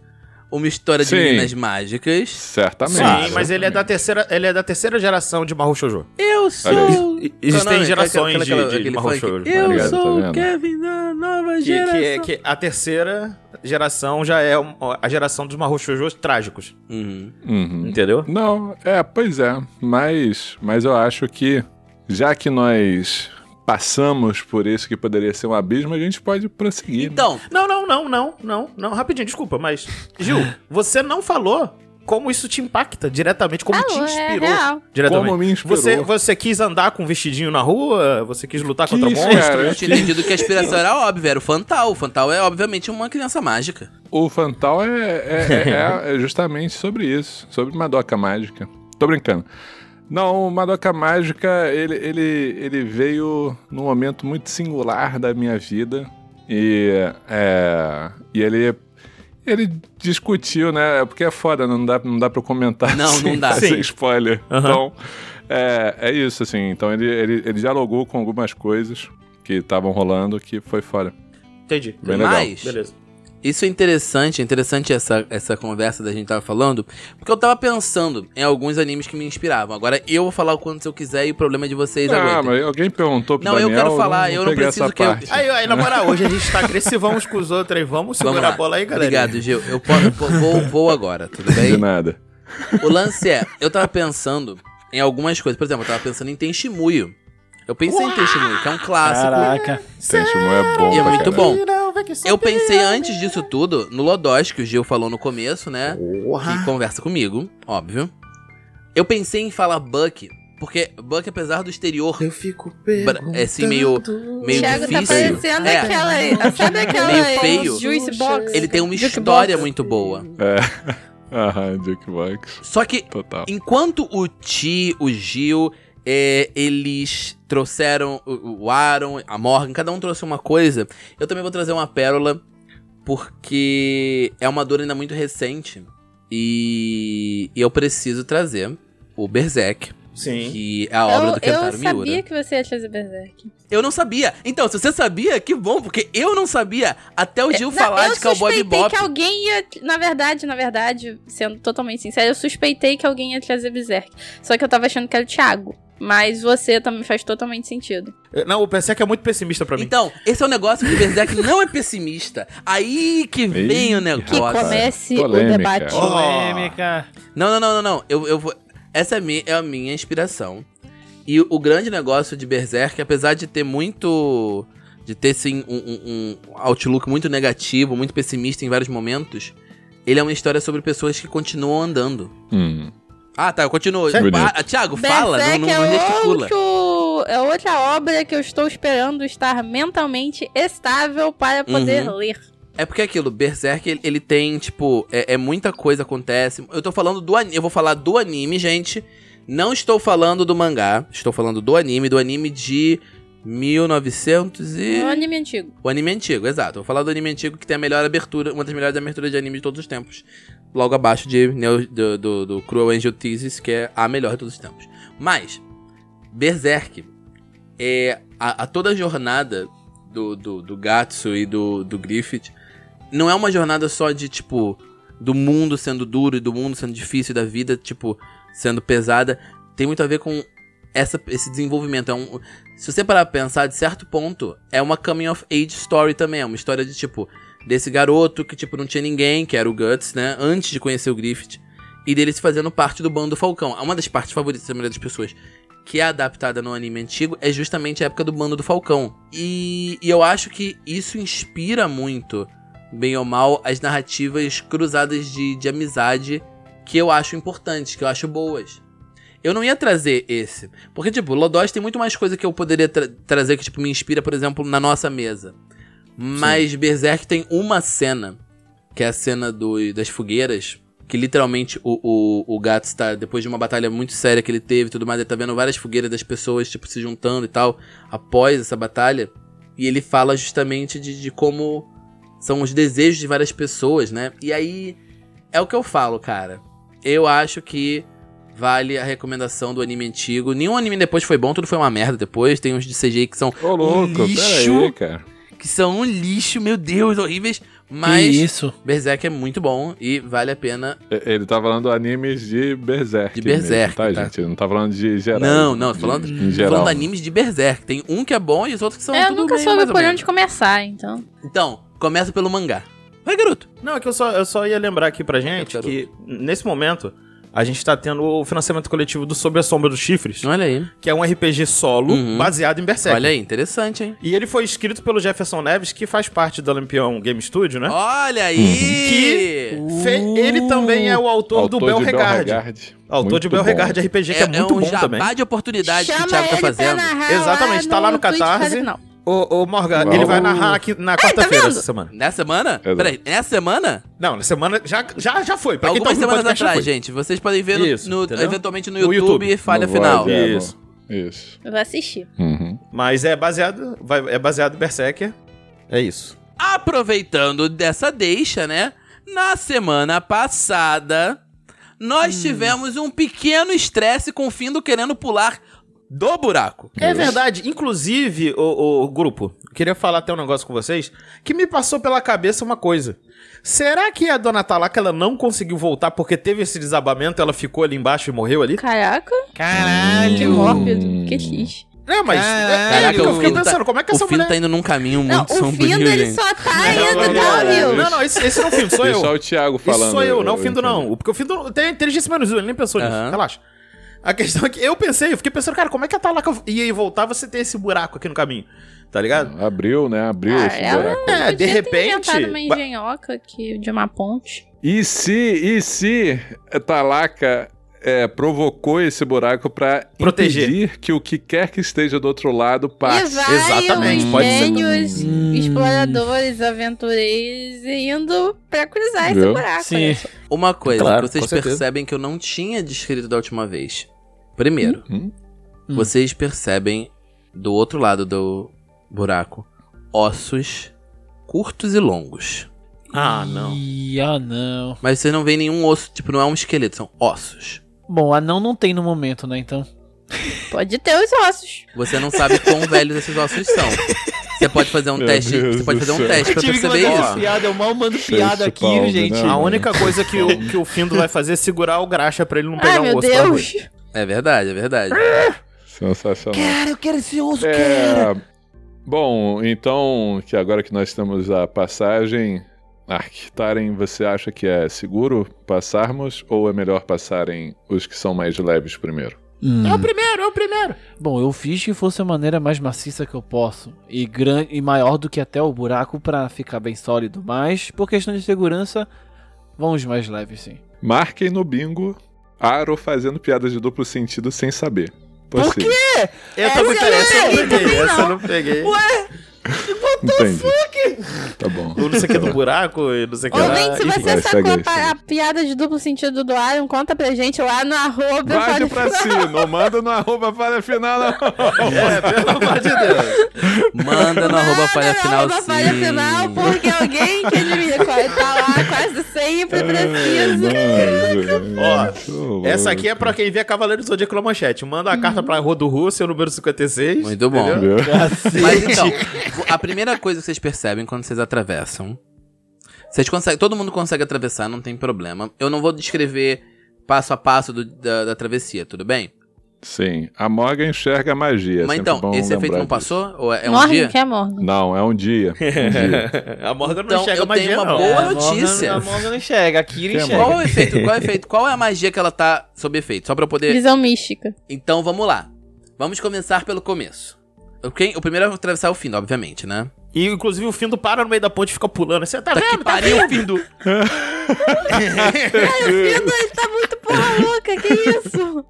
uma história de Sim. meninas mágicas. Certamente. Sim, Claro. mas ele é da terceira, ele é da terceira geração de Mahou Shoujo. Eu sou. Olha aí. Qual E- é o Existem nome? gerações Aquela- aquela- de, de, aquele Mahou funk. Shoujo. Eu Obrigado, tá sou o vendo? Kevin da nova Que, que é- geração. que a terceira geração já é um- a geração dos Mahou Shoujo trágicos. Uhum. Uhum. Entendeu? Não, é, pois é. Mas, mas eu acho que, já que nós passamos por isso que poderia ser um abismo, a gente pode prosseguir. né? Então, Não, não, não, não, não, não. Rapidinho, desculpa, mas. Gil, você não falou como isso te impacta diretamente, como te Alô, é inspirou real. diretamente. Como me inspirou. Você, você quis andar com um vestidinho na rua? Você quis é. lutar Que contra isso, monstros? tá cara? eu tinha entendido né? que a inspiração era óbvia, era o Fantal. O Fantal é, obviamente, uma criança mágica. O Fantal é, é- é- é justamente sobre isso, sobre Madoka Mágica. Tô brincando. Não, o Madoka Mágica, ele, ele, ele veio num momento muito singular da minha vida. E, é, e ele, ele discutiu, né? Porque é foda, não dá, não dá pra eu comentar Não, sem não dá. fazer Sim. spoiler. Aham. Então, é, é isso, assim. Então, ele, ele, ele dialogou com algumas coisas que estavam rolando que foi fora. Entendi. Bem legal. Mas, Beleza. Isso é interessante, é interessante essa, essa conversa da gente tava falando, porque eu tava pensando em alguns animes que me inspiravam. Agora eu vou falar o quanto eu quiser e o problema é de vocês Ah, aguentem. mas alguém perguntou pro Não, eu Daniel, quero falar, eu não peguei preciso essa que eu- parte. Aí, aí, na moral, hoje a gente tá agressivo uns com os outros aí. Vamos segurar lá. a bola aí, galera. Obrigado, Gil. Eu po- po- vou, vou agora, tudo De bem? nada. O lance é, eu tava pensando em algumas coisas. Por exemplo, eu tava pensando em Tenshimuyo. Eu pensei em Tenshimuyo, que é um clássico. Caraca. Tenshimon é bom E é pra muito caralho. bom. Eu pensei antes disso tudo no Lodós, que o Gil falou no começo, né? que Porra. conversa comigo, óbvio. Eu pensei em falar Buck, porque Buck, apesar do exterior Eu fico bra- é assim, meio, meio Thiago tá difícil, parecendo É. aquela. Sabe aquela Meio feio. juice box? ele tem uma Jukebox. história muito boa. É. Aham, Jukebox. Só que, Total. enquanto o Ti, o Gil, é, eles trouxeram o, o Aaron, a Morgan, cada um trouxe uma coisa, eu também vou trazer uma pérola, porque é uma dor ainda muito recente. E, e eu preciso trazer o Berserk, Sim. que é a obra Eu, do eu Kentaro Miura. sabia que você ia fazer Berserk. Eu não sabia. Então, se você sabia, que bom, porque eu não sabia até o Gil É, Não, falar eu de Cowboy suspeitei Bebop. que é alguém ia. Na verdade, na verdade, sendo totalmente sincero, eu suspeitei que alguém ia trazer Berserk. Só que eu tava achando que era o Thiago. Mas você também faz totalmente sentido. Não, o Berserk é muito pessimista pra mim. Então, esse é o negócio que o Berserk não é pessimista. Aí que vem o rapaz. negócio. Que comece polêmica. o debate. Ó. Polêmica. Não, não, não, não, não. Eu, eu vou... Essa é, mi- é a minha inspiração. E o, o grande negócio de Berserk, apesar de ter muito. de ter sim um, um- um outlook muito negativo, muito pessimista em vários momentos, ele é uma história sobre pessoas que continuam andando. Hum. Ah, tá, eu continuo. Sério? Ah, Tiago, fala, não, Berserk não, não é, gesticula. outro, é outra obra que eu estou esperando estar mentalmente estável para poder Uhum. ler. É porque é aquilo, Berserk, ele, ele tem, tipo, é, é muita coisa acontece. Eu tô falando do anime, eu vou falar do anime, gente. Não estou falando do mangá, estou falando do anime, do anime de 1900 e... É um anime antigo. O anime é antigo, exato. Vou falar do anime antigo que tem a melhor abertura, uma das melhores aberturas de anime de todos os tempos. Logo abaixo de Neo- do, do, do Cruel Angel Thesis, que é a melhor de todos os tempos. Mas, Berserk, é, a, a toda a jornada do, do, do Gatsu e do, do Griffith não é uma jornada só de, tipo, do mundo sendo duro e do mundo sendo difícil, e da vida, tipo, sendo pesada. Tem muito a ver com essa, esse desenvolvimento. É um, se você parar pra pensar, de certo ponto, é uma coming of age story também. É uma história de, tipo, desse garoto que, tipo, não tinha ninguém, que era o Guts, né? Antes de conhecer o Griffith. E dele se fazendo parte do bando do Falcão. É Uma das partes favoritas da maioria das pessoas que é adaptada no anime antigo é justamente a época do bando do Falcão. E, e eu acho que isso inspira muito, bem ou mal, as narrativas cruzadas de, de amizade que eu acho importantes, que eu acho boas. Eu não ia trazer esse. Porque, tipo, Lodoss tem muito mais coisa que eu poderia tra- trazer que, tipo, me inspira, por exemplo, na nossa mesa. Mas Berserk tem uma cena, que é a cena do, das fogueiras, que literalmente o, o, o gato está, depois de uma batalha muito séria que ele teve e tudo mais, ele tá vendo várias fogueiras das pessoas, tipo, se juntando e tal, após essa batalha. E ele fala justamente de, de como são os desejos de várias pessoas, né? E aí, é o que eu falo, cara. Eu acho que vale a recomendação do anime antigo. Nenhum anime depois foi bom, tudo foi uma merda depois. Tem uns de CGI que são Ô, louco, lixo. peraí, cara. que são um lixo, meu Deus, horríveis. Que Mas isso. Berserk é muito bom e vale a pena. E- Ele tá falando animes de Berserk. De Berserk, mesmo, tá, tá. gente? Não tá falando de geral. Não, não, tô de- falando- em Tô geral. falando de né? animes de Berserk. Tem um que é bom e os outros que são. É, eu tudo nunca meio soube mais ou por menos. onde começar, então. Então, começa pelo mangá. Vai, garoto. Não, é que eu só, eu só ia lembrar aqui pra gente Eu quero- que, nesse momento, a gente tá tendo o financiamento coletivo do Sob a Sombra dos Chifres, Olha aí. que é um RPG solo Uhum. baseado em Berserk. Olha aí, interessante, hein? E ele foi escrito pelo Jefferson Neves, que faz parte da Lampião Game Studio, né? Olha aí! Uhum. Que- Fe- Ele também é o autor, do Autor de Belregard. Belregard. Autor Muito de Belregard bom. RPG, que é, muito um bom jabá também. de oportunidade que o Chama Thiago tá ele pra fazendo. narrar Exatamente, lá tá lá no Twitch, faz Catarse. isso Não. Ô, ô Morgan, Uau. ele vai narrar aqui na tá quarta-feira vendo? essa semana. Nessa semana? Exato. Peraí, nessa semana? Não, na semana já, já, já foi. Pra quem Algumas tá ouvindo semanas podcast, já atrás, foi. gente. Vocês podem ver no- Isso, no- entendeu? eventualmente no No YouTube, YouTube. falha No final. Void Emo. Isso. Isso. Eu vou assistir. Uhum. Mas é baseado, vai- é baseado em Berserker. É isso. Aproveitando dessa deixa, né? Na semana passada, Hum. nós tivemos um pequeno estresse com o Findo querendo pular do buraco. É verdade. Inclusive, o, grupo, queria falar até um negócio com vocês, que me passou pela cabeça uma coisa. Será que a dona Talaca ela não conseguiu voltar porque teve esse desabamento, ela ficou ali embaixo e morreu ali? Caraca, que Hum. Caralho. mórbido. Que triste. É, mas é, é, Caraca, que eu o fiquei Findo tá- pensando, como é que O essa Findo mulher... tá indo num caminho Hum, Não, muito o sombrio, Findo ele gente. só tá Não, não, indo downhill. não, não, esse, esse não é o Findo, sou eu. Isso é o Thiago falando. Isso sou eu, não o eu Findo entendi. não. Porque o Findo tem inteligência menos um, ele nem pensou Aham. nisso. Relaxa. A questão é que eu pensei, eu fiquei pensando, cara, como é que a Talaca ia e voltar você ter esse buraco aqui no caminho? Tá ligado? Abriu, né? Abriu Ah, esse ela- buraco. É, de Podia ter repente. inventado uma ba- engenhoca aqui de uma ponte. E se, e se Talaca é, provocou esse buraco pra Proteger. impedir que o que quer que esteja do outro lado E passe? vai Exatamente, os pode ser gênios, Hum. exploradores, aventureiros indo pra cruzar esse Viu? buraco. Sim. olha só. Uma coisa Claro, que vocês com certeza. percebem que eu não tinha descrito da última vez. Primeiro, Uhum. Hum? Hum. vocês percebem do outro lado do buraco ossos curtos e longos. Ah, não. Ih, ah, não. Mas vocês não veem nenhum osso, tipo, não é um esqueleto, são ossos. Bom, anão não tem no momento, né, então. Pode ter os ossos. Você não sabe quão velhos esses ossos são. Você pode fazer um Meu teste, Deus você pode do fazer um céu. teste pra perceber mandar isso. isso. piada, eu mal mando piada aqui, Paulo, gente. né? A única coisa que o, que o Findo vai fazer é segurar o graxa pra ele não pegar Ai, um meu osso. pra rua. Deus. É verdade, é verdade. Sensacional. eu quero esse osso, É, bom, então, que agora que nós temos a passagem, Arctaren, você acha que é seguro passarmos ou é melhor passarem os que são mais leves primeiro? Hum. É o primeiro, é o primeiro. Bom, eu fiz que fosse a maneira mais maciça que eu posso. E grande e maior do que até o buraco pra ficar bem sólido. Mas, por questão de segurança, vamos mais leves, sim. Marquem no bingo Aro fazendo piadas de duplo sentido sem saber. Por quê? Eu Essa tô muito. Essa eu não é não peguei. também Essa não. eu não peguei. Entendi. Tá bom. O não sei o que é do buraco e não sei o que lá. Ouvinte, se enfim. você vai, sacou segue aí, a, pa- segue. a piada de duplo sentido do Iron, conta pra gente lá no arroba. Guarde Fale- pra si, não manda no arroba para final, não. É, pelo amor de Deus. Manda no arroba falha Manda no final Ah, arroba falha sim. final, porque alguém que admira tá lá quase É, sempre precisa. Ó, Essa aqui é pra quem vê Cavaleiros do Zodíaco na manchete. Manda a carta pra Rua do Russo, número 56. Muito bom. entendeu? Tá Mas então, a primeira coisa que vocês percebem quando vocês atravessam. Vocês conseguem. Todo mundo consegue atravessar, não tem problema. Eu não vou descrever passo a passo do- da, da travessia, tudo bem? Sim. A Morgan enxerga a magia. Mas é então, sempre bom esse efeito lembrar não disso. passou? Ou é, é um Morgan, dia? que é Morgan. Não, é um dia. Um dia. a Morgan não Então, enxerga eu magia, tenho uma não. boa- É, a Morgan- notícia. A Morgan não enxerga, a Kira Que é enxerga. Morgan? Qual é o efeito? Qual é o efeito? Qual é a magia que ela tá sob efeito? Só pra eu poder. Visão mística. Então vamos lá. Vamos começar pelo começo. Ok? O primeiro é atravessar o fim, obviamente, né? E, inclusive, o Findo para no meio da ponte e fica pulando. Você tá, Tá que vendo? Tá pariu, vendo, Findo? Ah, Findo, ele tá muito porra louca, que isso?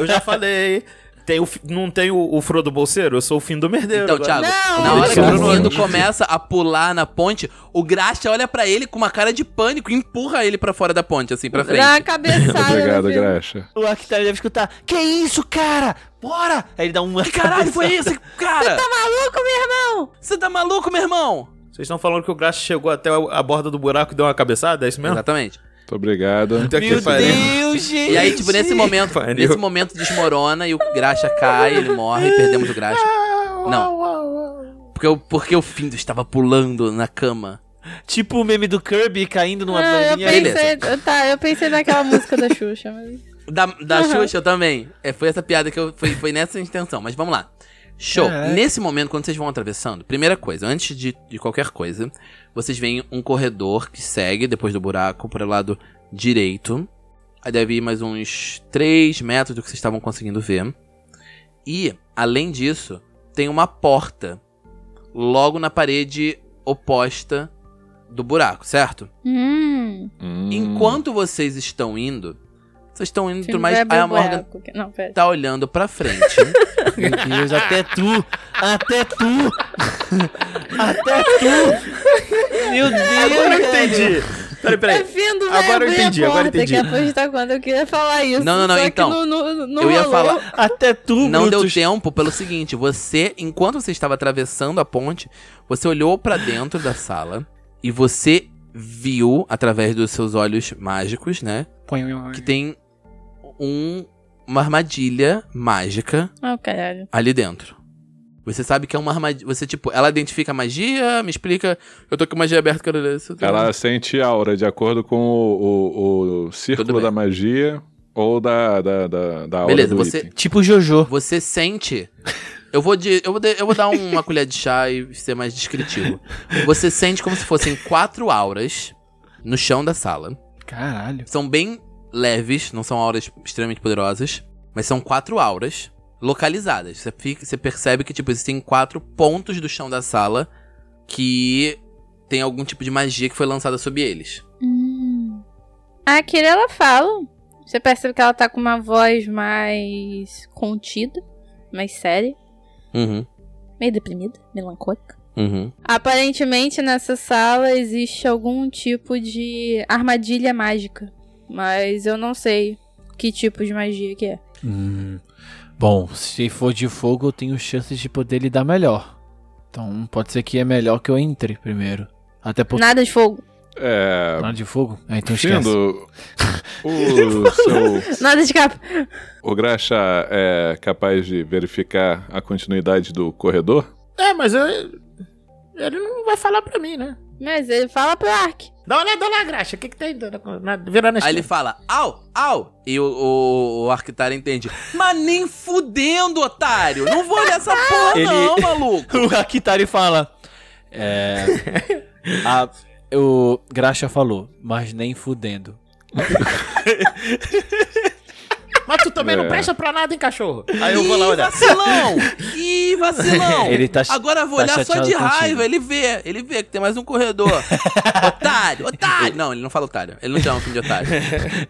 Eu já falei. Tem o, Fi- não tem o, o Frodo Bolseiro? Eu sou o Findo Merdeiro. Então, agora. Thiago, Não, na hora que cara, o Findo não. começa a pular na ponte, o Graxa olha pra ele com uma cara de pânico e empurra ele pra fora da ponte, assim, pra frente. Dá uma cabeçada. Obrigado, no Findo. Graxa. O Arquitário deve escutar, que isso, cara? Bora! Aí ele dá um... Que caralho foi isso, cara? Tá maluco, meu irmão? Você tá maluco, meu irmão? Vocês estão falando que o Graça chegou até a borda do buraco e deu uma cabeçada? É isso mesmo? Exatamente. Muito obrigado. Puta que Meu pariu. Deus, gente! E aí, tipo, nesse momento, Pariu. nesse momento desmorona e o Graxa cai, ele morre e perdemos o Graxa. Não. Porque, o- porque o Findo estava pulando na cama. Tipo o meme do Kirby caindo numa Ah, eu plantinha. pe- pensei, tá, eu pensei naquela música da Xuxa, mas... Da, da Aham. Xuxa também. É, foi essa piada que eu. Foi, foi nessa intenção, mas vamos lá. Show. Caraca. Nesse momento, quando vocês vão atravessando, primeira coisa, antes de, de qualquer coisa, vocês veem um corredor que segue depois do buraco para o lado direito. Aí deve ir mais uns 3 metros do que vocês estavam conseguindo ver. E, além disso, tem uma porta logo na parede oposta do buraco, certo? Hum... Hum. Enquanto vocês estão indo, vocês estão indo e tudo mais. Aí vai abrir a o Morgan buraco. Não, pera. tá olhando pra frente. Meu Deus, até tu! Até tu! até tu! Meu Deus! Agora eu cara. entendi. Peraí, É peraí. vindo, vai Agora eu abrir entendi, a agora eu porta, entendi. que apostar quando eu queria falar isso. Não, não, não, só que então, não- não- não eu ia rolou. falar. Até tu, Não deu Brutus. tempo pelo seguinte: você, enquanto você estava atravessando a ponte, você olhou pra dentro da sala e você viu, através dos seus olhos mágicos, né? Que tem um, uma armadilha mágica Ah, caralho. ali dentro. Você sabe que é uma armadilha. Você, tipo, ela identifica a magia, me explica. Eu tô com magia aberta, quero ler isso. Ela sente aura de acordo com o, o- o Tudo círculo bem. da magia ou da, da, da, da aura Beleza, do você- item. Tipo Jojo. Você sente. Eu vou, de, eu, vou de- eu vou dar uma colher de chá e ser mais descritivo. Você sente como se fossem quatro auras no chão da sala. Caralho. São bem leves, não são auras extremamente poderosas, mas são quatro auras localizadas. Você, fica- você percebe que tipo existem quatro pontos do chão da sala que tem algum tipo de magia que foi lançada sobre eles. Hum. A Kira, ela fala. Você percebe que ela tá com uma voz mais contida, mais séria, Uhum, meio deprimida, melancólica. uhum. Aparentemente, nessa sala existe algum tipo de armadilha mágica. Mas eu não sei que tipo de magia que é. Hum. Bom, se for de fogo, eu tenho chances de poder lidar melhor. Então pode ser que é melhor que eu entre primeiro. Até porque. Nada de fogo. É. Ah, Nada de fogo? É, então esquece. Sendo o seu Nada de capa. O Graxa é capaz de verificar a continuidade do corredor? É, mas eu- ele não vai falar pra mim, né? Mas ele fala pro Ark. Dá uma olhada lá, né, Graxa. O que que tem na, na, virando a Aí ele esquina? fala, au, au. E o, o, o Arctara entende. Mas nem fudendo, otário. Não vou olhar essa porra, Ele- não, maluco. O Akitari fala. É. a- o Graxa falou, mas nem fudendo. Mas tu também não É. presta pra nada, hein, cachorro? Aí eu vou lá olhar. Ih, vacilão. Ih, vacilão. Ele tá ch- Agora eu vou tá olhar só chateado de contigo. raiva. Ele vê, ele vê que tem mais um corredor. otário, otário. Não, ele não fala otário. Ele não chama o filho de otário.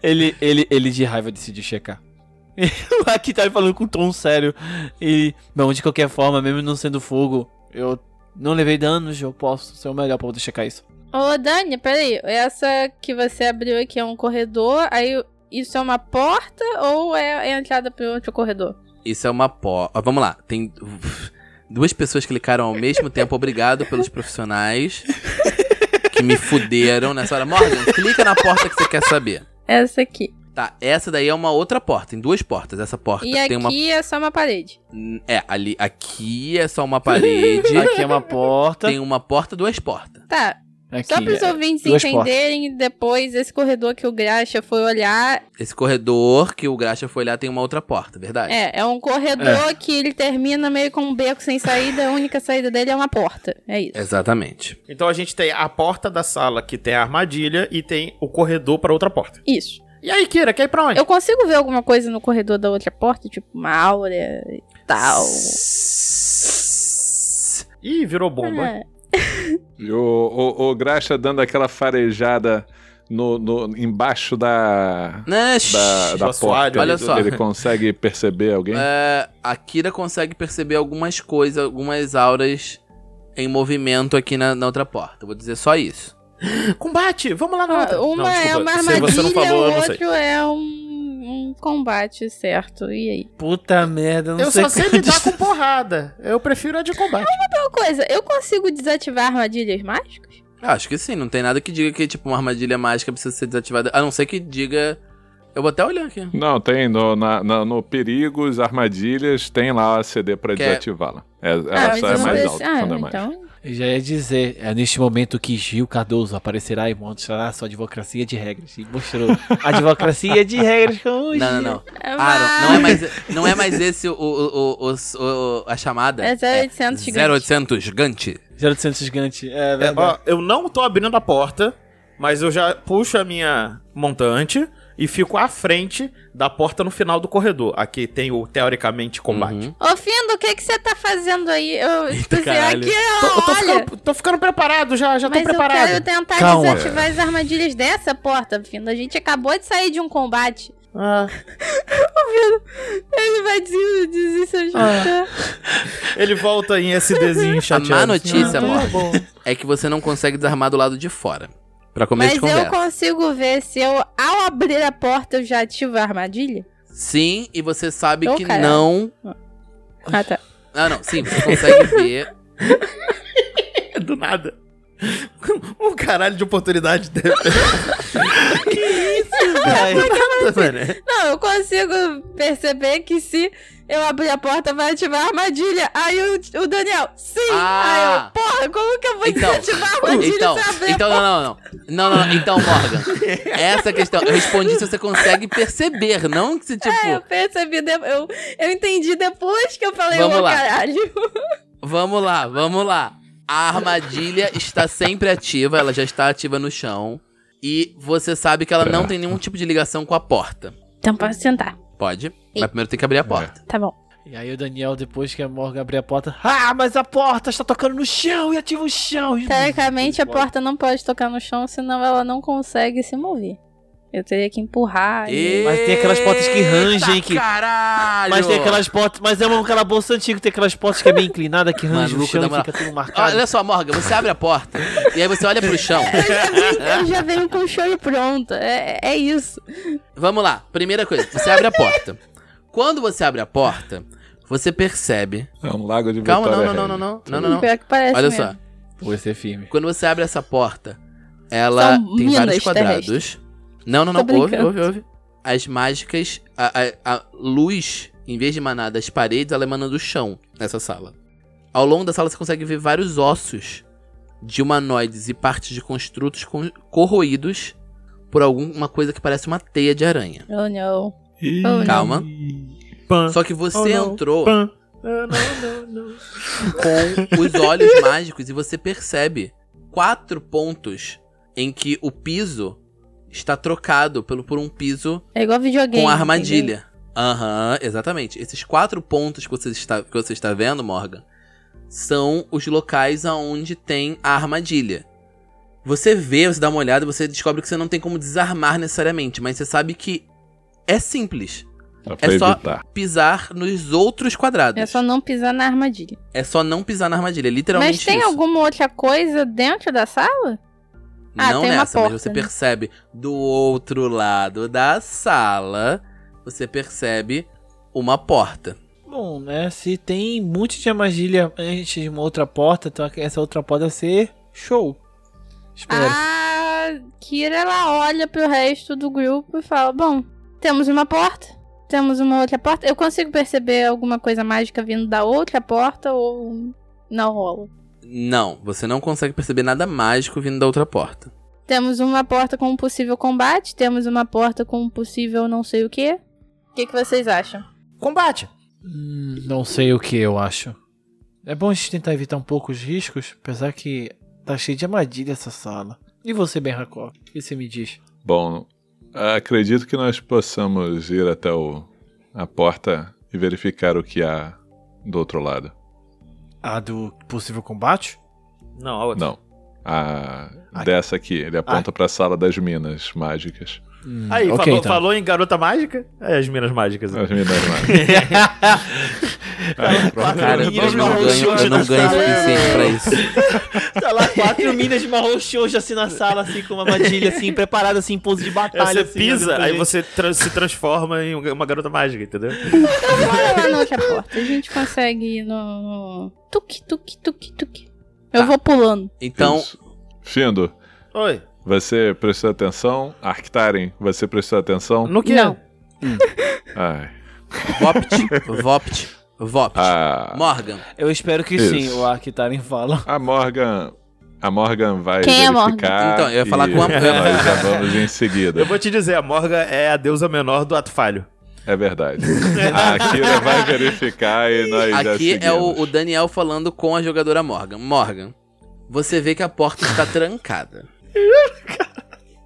Ele, ele, ele de raiva decidiu checar. O Akitari falando um com tom sério. E. Bom, de qualquer forma, mesmo não sendo fogo, eu não levei danos, eu posso ser o melhor pra poder checar isso. Ô, Dani, peraí. Essa que você abriu aqui é um corredor, aí isso é uma porta ou é a entrada para outro corredor? Isso é uma pó. ó, Vamos lá. Tem uf, duas pessoas clicaram ao mesmo tempo. Obrigado pelos profissionais que me fuderam nessa hora. Morgan, clica na porta que você quer saber. Essa aqui. Tá, essa daí é uma outra porta. Tem duas portas. Essa porta E Ah, tem aqui uma. é só uma parede. É, ali. Aqui é só uma parede. Aqui é uma porta. tem uma porta, duas portas. Tá. Aqui, Só para os é, ouvintes duas entenderem, depois esse corredor que o Graxa foi olhar Esse corredor que o Graxa foi olhar tem uma outra porta, verdade? É, é um corredor que ele termina meio com um beco sem saída, a única saída dele é uma porta. É isso. Exatamente. Então a gente tem a porta da sala que tem a armadilha e tem o corredor pra outra porta. Isso. E aí, Kira, quer ir pra onde? Eu consigo ver alguma coisa no corredor da outra porta, tipo uma áurea e tal. Ih, virou bomba. É. E o, o, o Graxa dando aquela farejada no, no- embaixo da, Né? da, da Do assoalho porta. ali, Olha só. Ele consegue perceber alguém? É, a Kira consegue perceber algumas coisas, algumas auras em movimento aqui na, na outra porta. Eu Vou dizer só isso. Combate, vamos lá na Ah, outra. Uma Não, é desculpa, uma se armadilha, você não falou, eu o não sei. outro é um, um combate, certo? E aí? Puta merda, não Eu sei só sei quantos- lidar com porrada. Eu prefiro a de combate. Uma coisa, eu consigo desativar armadilhas mágicas? Ah, acho que sim, não tem nada que diga que, tipo, uma armadilha mágica precisa ser desativada. A não ser que diga. Eu vou até olhar aqui. Não, tem no, na- na- no Perigos, Armadilhas, tem lá a CD pra Que é- desativá-la. É, ela mas então só eu é não mais preciso- alta Ah, quando é mais. então. Eu já ia dizer, é neste momento que Gil Cardoso aparecerá e mostrará sua advocacia de regras. E mostrou a advocacia de regras com o Não, Gil. não, não. É Aaron, não é mais, não é mais esse o, o, o, o- o- a chamada. É 0800 gigante. 0800 gigante. 0800 gigante. É, É, verdade. ó, eu não tô abrindo a porta, mas eu já puxo a minha montante e fico à frente da porta no final do corredor. Aqui tem o, teoricamente, combate. Uhum. Ô, Findo, o que que você tá fazendo aí? Eu, tipo assim, caralho. aqui, Tô, eu tô olha. ficando, tô ficando preparado já, já tô Mas preparado. eu quero tentar Calma. desativar as armadilhas dessa porta, Findo. A gente acabou de sair de um combate. Ah, Ele vai des desinstalar. ele volta em SDzinho chateado. A má notícia, Ah, amor. tá bom. É que você não consegue desarmar do lado de fora. Pra começo Mas de eu conversa. consigo ver se eu, ao abrir a porta, eu já ativo a armadilha? Sim, e você sabe Ô, que caralho. não. Ah, tá. Ah, não, sim, você consegue ver. É Do nada. Um caralho de oportunidade dele. É, é que isso, velho? Não, eu consigo perceber que se eu abrir a porta, vai ativar a armadilha. Aí o, o Daniel, sim! Ah. Aí eu, porra, como que eu vou Então, desativar a armadilha Então, se eu abrir então a não, porta? não, não. Não, não, não. Então, Morgan. Essa é a questão. Eu respondi se você consegue perceber, não que se tipo. É, Eu percebi, de- eu, eu entendi depois que eu falei, Vamos ô lá. caralho. Vamos lá, vamos lá. A armadilha está sempre ativa, ela já está ativa no chão. E você sabe que ela não tem nenhum tipo de ligação com a porta. Então posso sentar. Pode? Mas primeiro tem É. que abrir a porta. Tá bom. E aí o Daniel, depois que a Morgan abrir a porta, ah, mas a porta está tocando no chão e ativa o chão. Teoricamente, a Pode. porta não pode tocar no chão, senão ela não consegue se mover. Eu teria que empurrar. E... Mas tem aquelas portas que rangem, Eita, que- Caralho! Mas tem aquelas portas, mas é uma calabouço antigo, tem aquelas portas que é bem inclinada, que range Maluco no chão da e moral. fica tudo marcado. Olha só, Morgan, você abre a porta e aí você olha pro chão. Eu já venho com o show e pronto. É, é isso. Vamos lá, primeira coisa, você abre a porta. Quando você abre a porta, você percebe. então. É um lago de Calma, não, Vitória não, não, Regia. não, não, não, não, não. Pior que parece Olha mesmo. só, Vou ser firme. quando você abre essa porta, ela São tem vários minas quadrados. Não, não, não, Tô ouve, brincando. ouve, ouve. As mágicas, a, a- a luz, em vez de emanar das paredes, ela emana do chão nessa sala. Ao longo da sala você consegue ver vários ossos de humanoides e partes de construtos con- corroídos por alguma coisa que parece uma teia de aranha. Oh, não. Ih, Oh, não. Calma. Pã, Só que Oh, você não. entrou pã. Ah, não, não, não. com os olhos mágicos e você percebe quatro pontos em que o piso está trocado pelo, por um piso É igual videogame. com entendeu? armadilha. Aham, exatamente. Esses quatro pontos que você, está, que você está vendo, Morgan, são os locais aonde tem a armadilha. Você vê, você dá uma olhada, você descobre que você não tem como desarmar necessariamente, mas você sabe que é simples Só pra É só- evitar. pisar nos outros quadrados. É só não pisar na armadilha. É só não pisar na armadilha, é literalmente Mas tem isso. alguma outra coisa dentro da sala? Ah, não tem uma nessa, porta, mas você né? percebe do outro lado da sala, você percebe uma porta. Bom, né? Se tem um monte de armadilha antes de uma outra porta, então essa outra porta deve ser show. Espero. Ah. É. A Kira, ela olha pro resto do grupo e fala: Bom, temos uma porta, temos uma outra porta. Eu consigo perceber alguma coisa mágica vindo da outra porta ou não rola? Não, você não consegue perceber nada mágico vindo da outra porta. Temos uma porta com um possível combate, temos uma porta com um possível não sei o quê. O que, que vocês acham? Combate! Hum, não sei o que eu acho. É bom a gente tentar evitar um pouco os riscos, apesar que tá cheio de armadilha essa sala. E você, Ben Rakov? O que você me diz? Bom, acredito que nós possamos ir até o, a porta e verificar o que há do outro lado. A do possível combate? Não, a outra. Não. A Ai. dessa aqui, ele aponta pra sala das minas mágicas. Hum, Aí, ok, falou, então. falou em garota mágica? É, as minas mágicas. As minas mágicas. Aí, pronto. Cara, eu Meninas não marrom ganho, eu chute na não ganho o sala. suficiente pra isso. Tá lá quatro minas de marrom xoxo assim na sala, assim, com uma armadilha, assim, preparada, assim, em pose de Aí batalha. você assim, pisa, olhando pra aí gente. você tra- se transforma em um uma garota mágica, entendeu? Bora lá na outra porta. A gente consegue ir no. no... Tuque, tuque, tuque, tuque. Eu Tá. vou pulando. Então, Isso. Findo, Oi. você prestou atenção? Arctaren, você prestou atenção? No que? Não. Ai. Vopt, Vopt, Vopt. A, Morgan, Eu espero que Isso. sim, o tá Arctaren fala. a Morgan. A Morgan vai Quem é Morgan? verificar. Então, eu ia falar e com a- Nós já vamos em seguida. Eu vou te dizer, a Morga é a deusa menor do ato falho. É verdade. A Akira vai verificar e nós já aqui é seguimos. o, o Daniel falando com a jogadora Morgan. Morgan, você vê que a porta está trancada.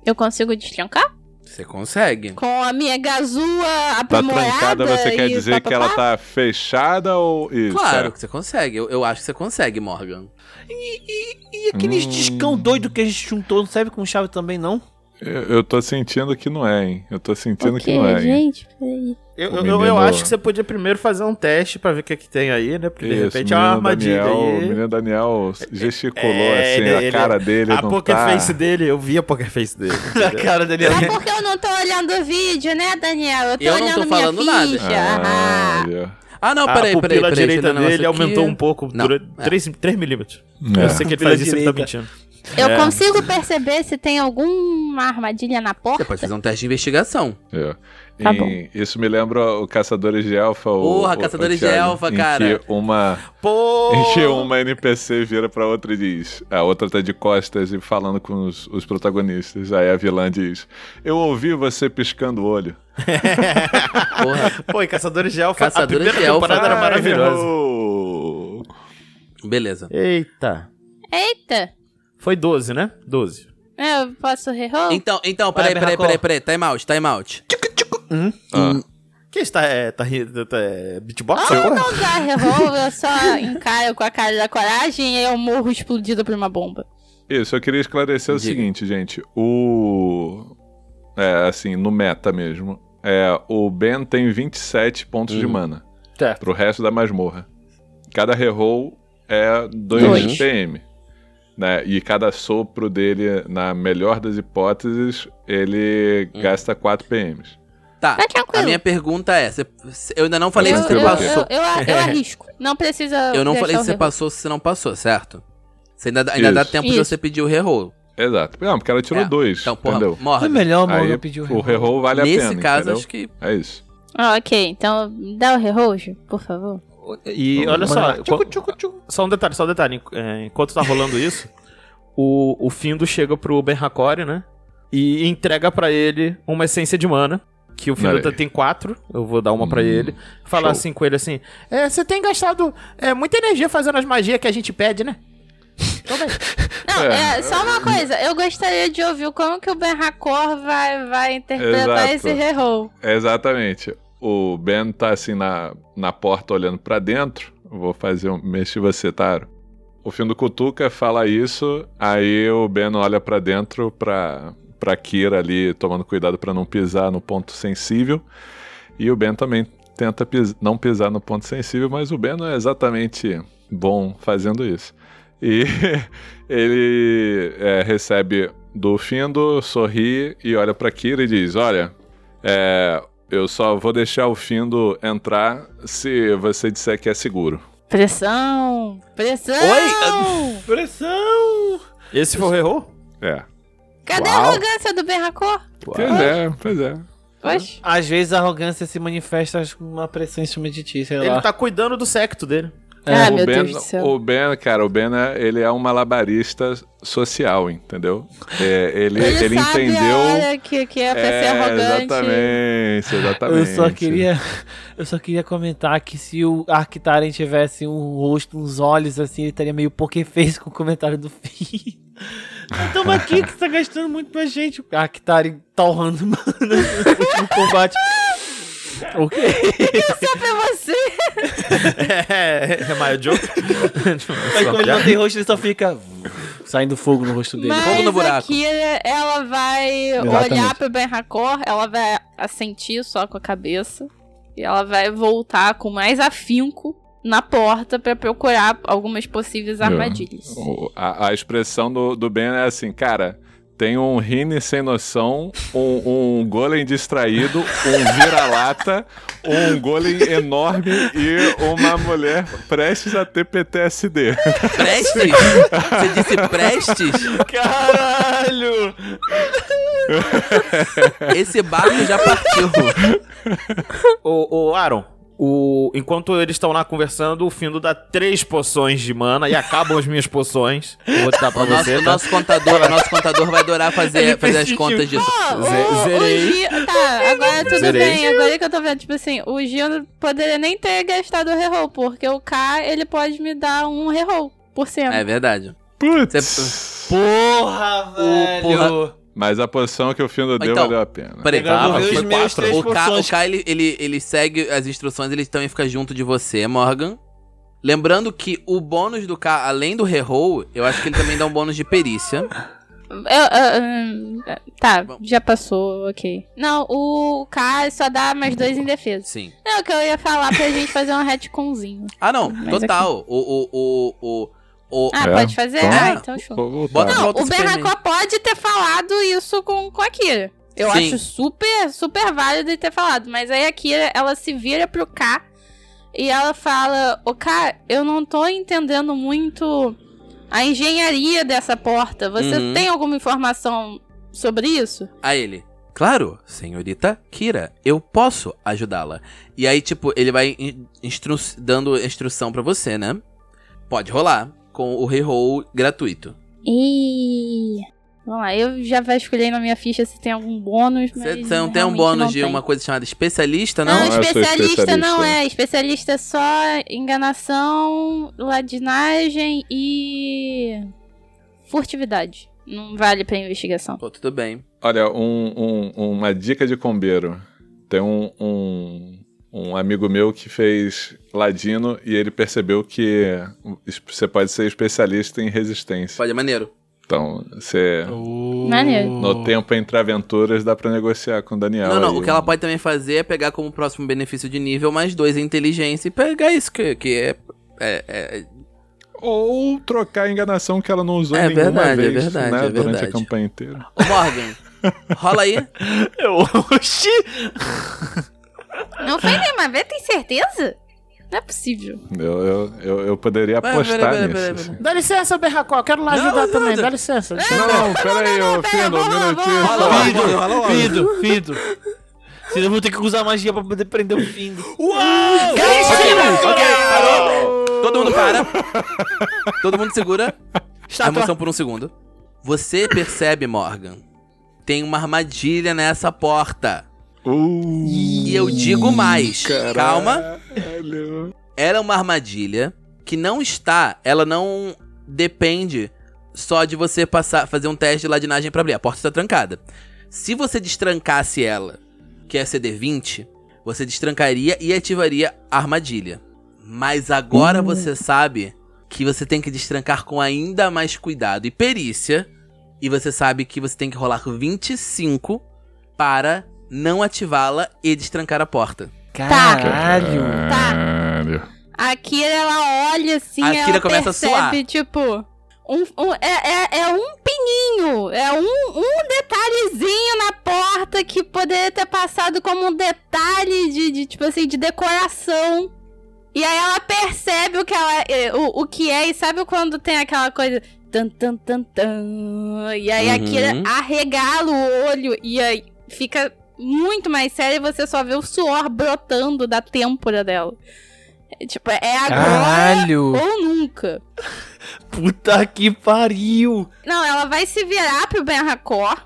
Eu consigo destrancar? Você consegue. Com a minha gazua Tá aprimorada. trancada, você quer e dizer que ela papapá? tá fechada ou. Isso, Claro é. que você consegue. Eu, eu acho que você consegue, Morgan. E, É e aqueles discão doido que a gente juntou não serve com chave também, não? Eu, eu tô sentindo que não é, hein? Eu tô sentindo O que quê, não é, hein? gente? Peraí. Eu, O eu- eu menino- acho que você podia primeiro fazer um teste pra ver o que, é que tem aí, né? Porque de Isso, repente o é uma menino armadilha Daniel, O aí. menino Daniel gesticulou É, assim, ele- a ele- cara dele. A não Ah, poker tá... face dele, eu vi a poker face dele. entendeu? cara dele. assim. É porque eu não tô olhando o vídeo, né, Daniel? Eu tô Eu não olhando tô minha falando nada. ficha. Ah, Ah. viu? Ah, não, a peraí, peraí, pupila peraí. deixa eu direita ler um negócio dele aqui. aumentou um pouco, Não, dura é. 3, milímetros. É. Eu sei que ele Pupila faz isso, ele tá direita. mentindo. Eu Ah. É. consigo perceber se tem alguma armadilha na Você porta. pode fazer um teste de investigação. É. Tá Em- Isso me lembra o Caçadores de Elfa. o- Porra, o- Caçadores o de Thiago, Elfa, em cara. Que uma, Pô! em que uma NPC vira pra outra e diz. A outra tá de costas e falando com os, os protagonistas. Aí a vilã diz: Eu ouvi você piscando o olho. Porra. Pô, e Caçadores de Elfa, Caçadores a primeira de Elfa. é temporada era Ai, maravilhosa. errou. Beleza. Eita. Eita! Foi 12, né? 12. É, Eu posso reroll? Então, então, Vai, peraí, peraí, Berracol. peraí, peraí. Time out, time out. Quem está é, tá rindo? Tá, é, Ah, beatbox? essa Eu porra? não usar reroll, eu só encaro com a cara da coragem e eu morro explodida por uma bomba. Isso, eu queria esclarecer o Diga. seguinte, gente. O. É, assim, no meta mesmo. É, o Ben tem 27 pontos Uhum. de mana. Certo. Pro resto da masmorra. Cada reroll é 2 Dois. PM. Né? E cada sopro dele, na melhor das hipóteses, ele Hum. gasta 4 PMs. Tá. Tá tranquilo. A minha pergunta é: você- eu ainda não falei eu, se você eu, passou. eu- eu a- eu arrisco. Não precisa. Eu, não falei se você você passou, se você não passou, certo? Você ainda, dá- ainda dá Isso. tempo de Isso. você pedir o reroll. Exato. Não, porque ela tirou É. 2. Então, porra, entendeu? Foi morre. É melhor, mano, Aí eu pedir o reroll vale a Nesse pena. caso, entendeu? acho que. É isso. ok, então dá o reroll, Ju, por favor. E olha só, Mano, quan- só um detalhe, só um detalhe. Enqu- é, Enquanto tá rolando isso, o, o Findo chega pro Ben Hakori, né? E entrega pra ele uma essência de mana. Que o Findo Olha tá- aí. tem quatro. Eu vou dar uma pra Hum, ele. Falar show. assim com ele assim: É, você tem gastado é, muita energia fazendo as magias que a gente pede, né? Então, bem. Não, É. é, só uma coisa. Eu gostaria de ouvir como que o Ben Racor vai, vai interpretar Exato. esse reroll. Exatamente. O Ben tá assim na, na porta olhando pra dentro. Vou fazer um mexe você, Taro. O filho do Cutuca fala isso, aí o Ben olha pra dentro pra, pra Kira ali, tomando cuidado pra não pisar no ponto sensível. E o Ben também tenta pis- não pisar no ponto sensível, mas o Ben não é exatamente bom fazendo isso. E ele é, recebe do Findo, sorri e olha pra Kira e diz: Olha, é, eu só vou deixar o Findo entrar se você disser que é seguro. Pressão! Pressão! Oi? Pressão! Esse foi o erro? É. Cadê a Uau. arrogância do Ben Racor? Pois é, pois é. Oxe. Às vezes a arrogância se manifesta com uma pressão instrumentícia, sei Ele lá. tá cuidando do secto dele. Ah, É. o meu ben, Deus do céu. O Ben, cara, o Ben, é- ele é um malabarista social, entendeu? É, ele, ele, sabe entendeu... a hora que, que é pra ser arrogante. Exatamente, Eu exatamente. só queria. Eu só queria comentar que se o Arctaren tivesse um rosto, uns olhos assim, ele estaria meio poker face com o comentário do fim. Tamo aqui que tá gastando muito pra gente. O Arctaren torrando, mano, no último combate. Ok. Pra você. É, é my joke. Aí como Então, ele não tem rosto, ele só fica saindo fogo no rosto dele. Fogo Mas no buraco. aqui ela vai Exatamente. olhar pro Ben Hakor, ela vai assentir só com a cabeça. E ela vai voltar com mais afinco na porta pra procurar algumas possíveis armadilhas. O- A, a expressão do, do Ben é assim, cara, tem um Rine sem noção, um, um golem distraído, um vira-lata, um golem enorme e uma mulher prestes a ter PTSD. Prestes? Você disse prestes? Caralho! Esse barco já partiu. Ô, ô, Aaron, o, enquanto eles estão lá conversando, o Findo dá três poções de mana e acabam as minhas poções. Eu vou te dar pra O nosso, você, o tá? nosso contador, o nosso contador vai adorar fazer, fazer as contas disso. Ó, Ah, o- Ze- zerei. o Gio- Tá, agora tudo Zerei. bem. Agora que eu tô vendo, tipo assim, o Gino poderia nem ter gastado o reroll, porque o K, ele pode me dar um reroll por cima. É verdade. Putz! Porra, velho. porra- Mas a posição que o Findo deu Então, valeu a pena. Peraí, Legal, calma. eu vi os meus três O K, o porções. K ele, ele, ele segue as instruções, ele também fica junto de você, Morgan. Lembrando que o bônus do K, além do reroll, eu acho que ele também dá um bônus de perícia. Eu- eu- eu- tá, já passou, ok. Não, o K só dá mais dois em defesa. Sim. Não, que eu ia falar pra gente fazer um retconzinho. Ah, não. é aqui- Total. O. O. O. o, o- Ah, É, pode fazer? então- Ah, então show. Vou voltar. Bota- Não, volta o esse Superman. Bernacó pode ter falado isso com, com a Kira. Eu Sim. acho super, super válido ele ter falado. Mas aí a Kira, ela se vira pro K e ela fala: Ô K, eu não tô entendendo muito a engenharia dessa porta. Você Uhum. tem alguma informação sobre isso? A ele. Claro, senhorita Kira, eu posso ajudá-la. E aí, tipo, ele vai in- instru dando instrução pra você, né? Pode rolar com o reroll gratuito. E Vamos lá, eu já vasculhei na minha ficha se tem algum bônus, mas. Você não tem um realmente bônus não de tem. uma coisa chamada especialista, Não, não? eu sou especialista, especialista. não é. Especialista é só enganação, ladinagem e. furtividade. Não vale pra investigação. Pô, tudo bem. Olha, um- um- uma dica de combeiro. Tem um, um- um amigo meu que fez ladino e ele percebeu que es- você pode ser especialista em resistência. Pode, é maneiro. Então, você, Maneiro. no tempo entre aventuras, dá pra negociar com o Daniel. Não, não, É, aí. o que ela pode também fazer é pegar como próximo benefício de nível mais dois em inteligência e pegar isso que, que é, é- é- Ou trocar a enganação que ela não usou É nenhuma verdade, é vez verdade, né, é durante verdade. a campanha inteira. Ô, Morgan, rola aí. Eu, oxi. Ah. Não foi nenhuma vez, tem certeza? Não é possível. Eu, eu, eu, eu poderia Vai, apostar peraí, peraí, nisso. peraí, assim. Dá licença, Berracó, quero lá Não, ajudar não, também, não. dá licença. Não, não, peraí, ô Fino, um vamos lá, minutinho. vamos lá. só. Fido, Fido, Fido. Senão eu vou ter que usar magia pra poder prender o Findo. Ok, parou. Todo mundo para. Todo mundo segura a emoção por um segundo. Você percebe, Morgan, tem uma armadilha nessa porta. Uh, E eu digo mais. Calma. Caralho. Ela é uma armadilha que não está, ela não depende só de você passar, fazer um teste de ladinagem pra abrir. A porta está trancada. Se você destrancasse ela, que é CD20, você destrancaria e ativaria a armadilha. Mas agora você sabe que você tem que destrancar com ainda mais cuidado e perícia. E você sabe que você tem que rolar 25 para não ativá-la e destrancar a porta. Caralho. tá. Caralho. A Kira, ela olha assim, A Kira ela começa a percebe, suar. tipo... Um, um- é, é, é um pininho, é um, um detalhezinho na porta que poderia ter passado como um detalhe de, de, tipo assim, de decoração. E aí ela percebe o que, ela, é, o, o que é, e sabe quando tem aquela coisa... Tan, tan, tan, tan, e aí a Uhum. Kira arregala o olho e aí fica muito mais séria e você só vê o suor brotando da têmpora dela. É, Tipo, é agora Caralho! ou nunca. Puta que pariu! Não, ela vai se virar pro Ben Hakor.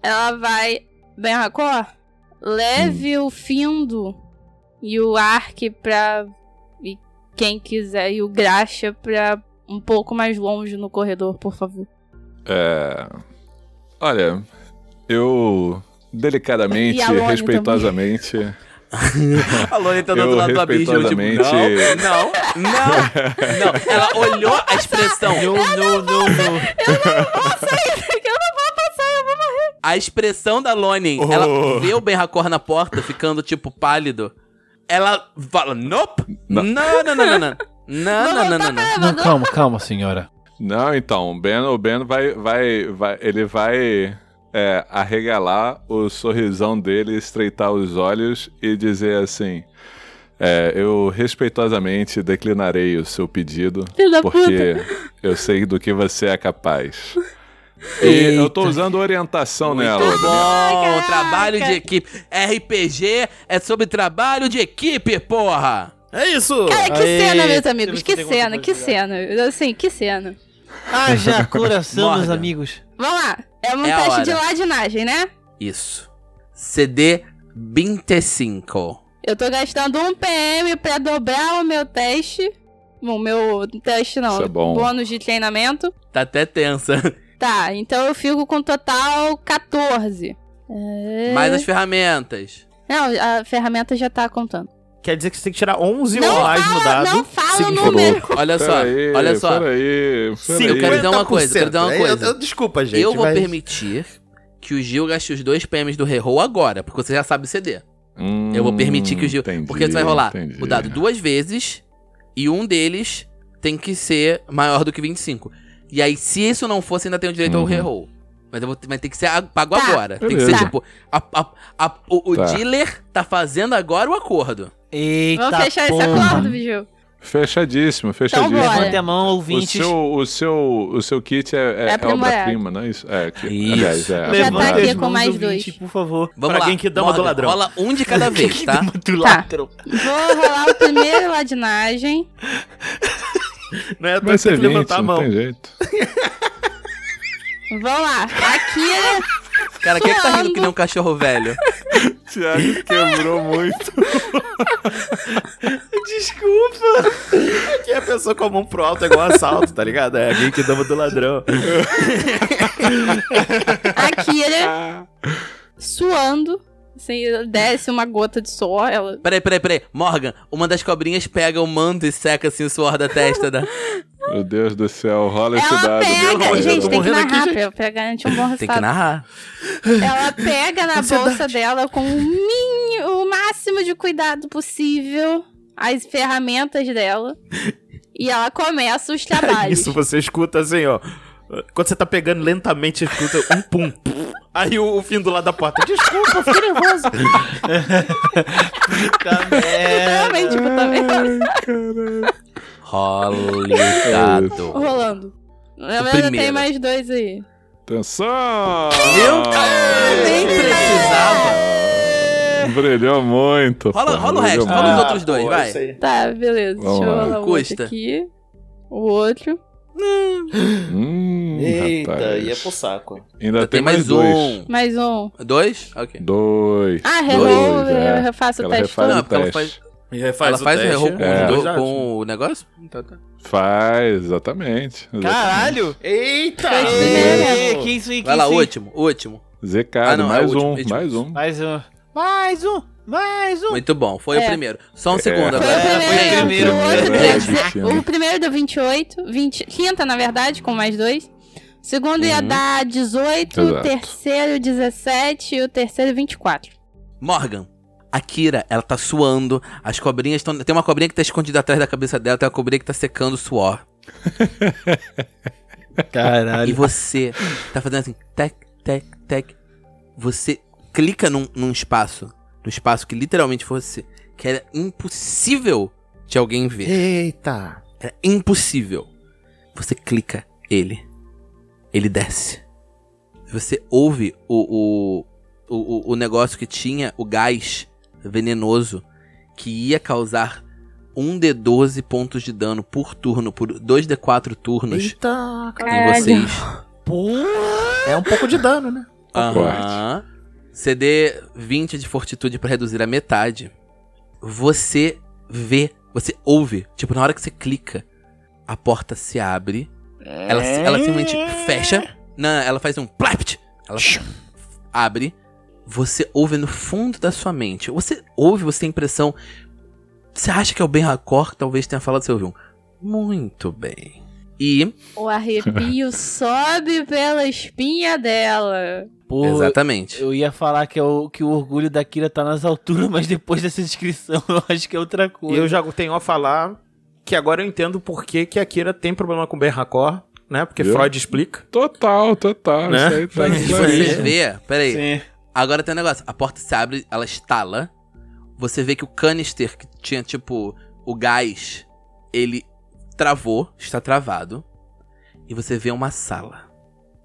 Ela vai. Ben Hakor, leve Hum. o Findo e o Ark pra. E quem quiser, e o Graxa pra um pouco mais longe no corredor, por favor. É, Olha, eu delicadamente, E a Lone respeitosamente. A Lone tá do Eu, outro lado da bicha, eu tipo, não, respeitosamente- não, não, não. Ela olhou a expressão, Não, não, não, não. Eu não vou passar, eu vou morrer. a expressão da Lone, Oh. ela vê o Ben Hakor na porta, ficando, tipo, pálido. Ela fala, nope, não, Não. não, não, não, não. Não, não, não, não, não. Não, calma, calma, senhora. Não, então, o Ben, o ben vai, vai, vai. Ele vai é, arregalar o sorrisão dele, estreitar os olhos e dizer assim. é, eu respeitosamente declinarei o seu pedido, Filho da porque eu sei do que você é capaz. E eu tô usando orientação nela, Muito Daniel. bom, Caraca. né? trabalho de equipe. RPG é sobre trabalho de equipe, porra! É isso! Cara, que Aê, cena, meus você amigos, não que tem como cena, que jogar. cena. Assim, que cena. Haja coração, meus Morda. amigos. Vamos lá. É um É a teste hora. de ladinagem, né? Isso. CD 25. Eu tô gastando um PM pra dobrar o meu teste. O meu teste não, Isso é bom. bônus de treinamento. Tá até tensa. Tá, então eu fico com total 14. É... Mais as ferramentas. Não, a ferramenta já tá contando. Quer dizer que você tem que tirar 11 Não ou mais fala- no dado. não fala o é Significa- número. Olha só, Peraí, olha só. Peraí, peraí. Eu quero dizer uma coisa, eu quero dizer uma 50%. coisa. É, Eu- eu- desculpa, gente. Eu vou mas- permitir que o Gil gaste os dois PMs do Reroll agora, porque você já sabe o CD. Eu vou permitir que o Gil. Hum, Entendi, porque você vai rolar Hum, entendi. o dado duas vezes e um deles tem que ser maior do que 25. E aí, se isso não fosse, ainda tenho direito ao Uhum. reroll. Mas eu vou, mas tem que ser a- pago Tá. agora. Tem que ser Beleza. tipo. a- a- a- o o Tá. dealer tá fazendo agora o acordo. Eita Vamos fechar porra. esse acordo, Vigil. Fechadíssimo, fechadíssimo. bora. Levante a mão, O ouvintes. seu, o, seu, o seu kit é, é, É é aprimorado. obra-prima, não é isso? É, que, Isso. aliás, é Já Levante tá aqui as com mãos, mais ouvinte, dois. por favor. Vamos Pra lá. quem que dama do Morgan, ladrão. Rola um de cada vez, tá? Do Tá. ladrão. Vou rolar o primeiro ladinagem. Não é Vai pra ser ter que 20, levantar a não mão. tem jeito. Vamos lá. Akira, Cara, quem é que tá rindo que nem um cachorro velho? Thiago quebrou muito. Desculpa. Aqui é a pessoa com a mão pro alto é igual assalto, tá ligado? É alguém que dama do ladrão. Akira suando. Assim, desce uma gota de suor. Ela Peraí, peraí, peraí. Morgan, uma das cobrinhas pega o manto e seca assim o suor da testa da. Meu Deus do céu, rola esse Ela dado. meu É pega, Deus. gente, tem que morrendo aqui, narrar gente. pra, pra garantir um bom Tem que resultado. narrar. Ela pega na bolsa dela com o, min- o máximo de cuidado possível as ferramentas dela e ela começa os trabalhos. Isso você escuta assim, ó. Quando você tá pegando lentamente, você escuta um pum. Aí o, o fim do lado da porta. Desculpa, fiquei nervoso. Literalmente, tipo, tá vendo? Role o dado. Rolando. Na verdade, É. primeiro. tem mais dois aí. Atenção! Meu Deus! Ah, Nem precisava. Brilhou muito. Rola, pô, rola o resto, brilhou Ah, rola os muito. outros dois, vai. Tá, beleza. Vamos Deixa eu lá. rolar um outro Custa. aqui. O outro. Hum, rapaz. é saco. Ainda Tem mais dois. um. Mais um. Dois? Ok. Dois. Ah, reroll, Dois, é. eu refaço o Ela teste refaz Não, o todo. porque ela teste. faz- E aí faz Ela faz o teste. erro com, É. o do- Dois dados. com o negócio? Então tá. Faz, exatamente. Caralho! Eita! Ei, que isso aí, que Vai lá, isso aí. último, último. Zecado, Ah, não, é mais o último, um, é o último. mais um. Mais um. Mais um. Mais um. Muito bom, foi É. o primeiro. Só um segundo agora. Foi o primeiro, Gente, o primeiro. o outro Gente, deu gente, deze- né? O primeiro deu 28, 20, quinta, na verdade, com mais dois. O segundo ia Uhum. dar 18, o Exato. terceiro 17 e o terceiro 24. Morgan, a Kira, ela tá suando. As cobrinhas estão. Tem uma cobrinha que tá escondida atrás da cabeça dela, tem uma cobrinha que tá secando o suor. E Caralho. você tá fazendo assim, tec, tec, tec. Você clica num, num espaço, num espaço que literalmente fosse, que era impossível de alguém ver. Eita! Era É impossível. Você clica ele. Ele desce. Você ouve o, o, o, o- o negócio que tinha o gás venenoso que ia causar 1d12 pontos de dano por turno, por 2d4 turnos Eita, cara. em vocês. É um pouco de dano, né? Aham. CD 20 de fortitude pra reduzir a metade. Você vê, você ouve. Tipo, na hora que você clica, a porta se abre. Ela, se- ela simplesmente fecha. Não, ela faz um plapt. Ela abre. Você ouve no fundo da sua mente. Você ouve, você tem a impressão. Você acha que é o Ben Racor que talvez tenha falado, você ouviu um. Muito bem. E. O arrepio sobe pela espinha dela. Pô, exatamente. eu ia falar que, é o, que o orgulho da Kira tá nas alturas, mas depois dessa descrição eu acho que é outra E coisa. eu já tenho a falar que agora eu entendo por que, que a Kira tem problema com o Ben Hakor, né? Porque Viu? Freud explica. Total, total. Né? Isso aí tá E isso aí. você vê. Peraí. Sim. Agora tem um negócio. A porta se abre, ela estala. Você vê que o canister que tinha, tipo, o gás, ele travou, está travado. E você vê uma sala.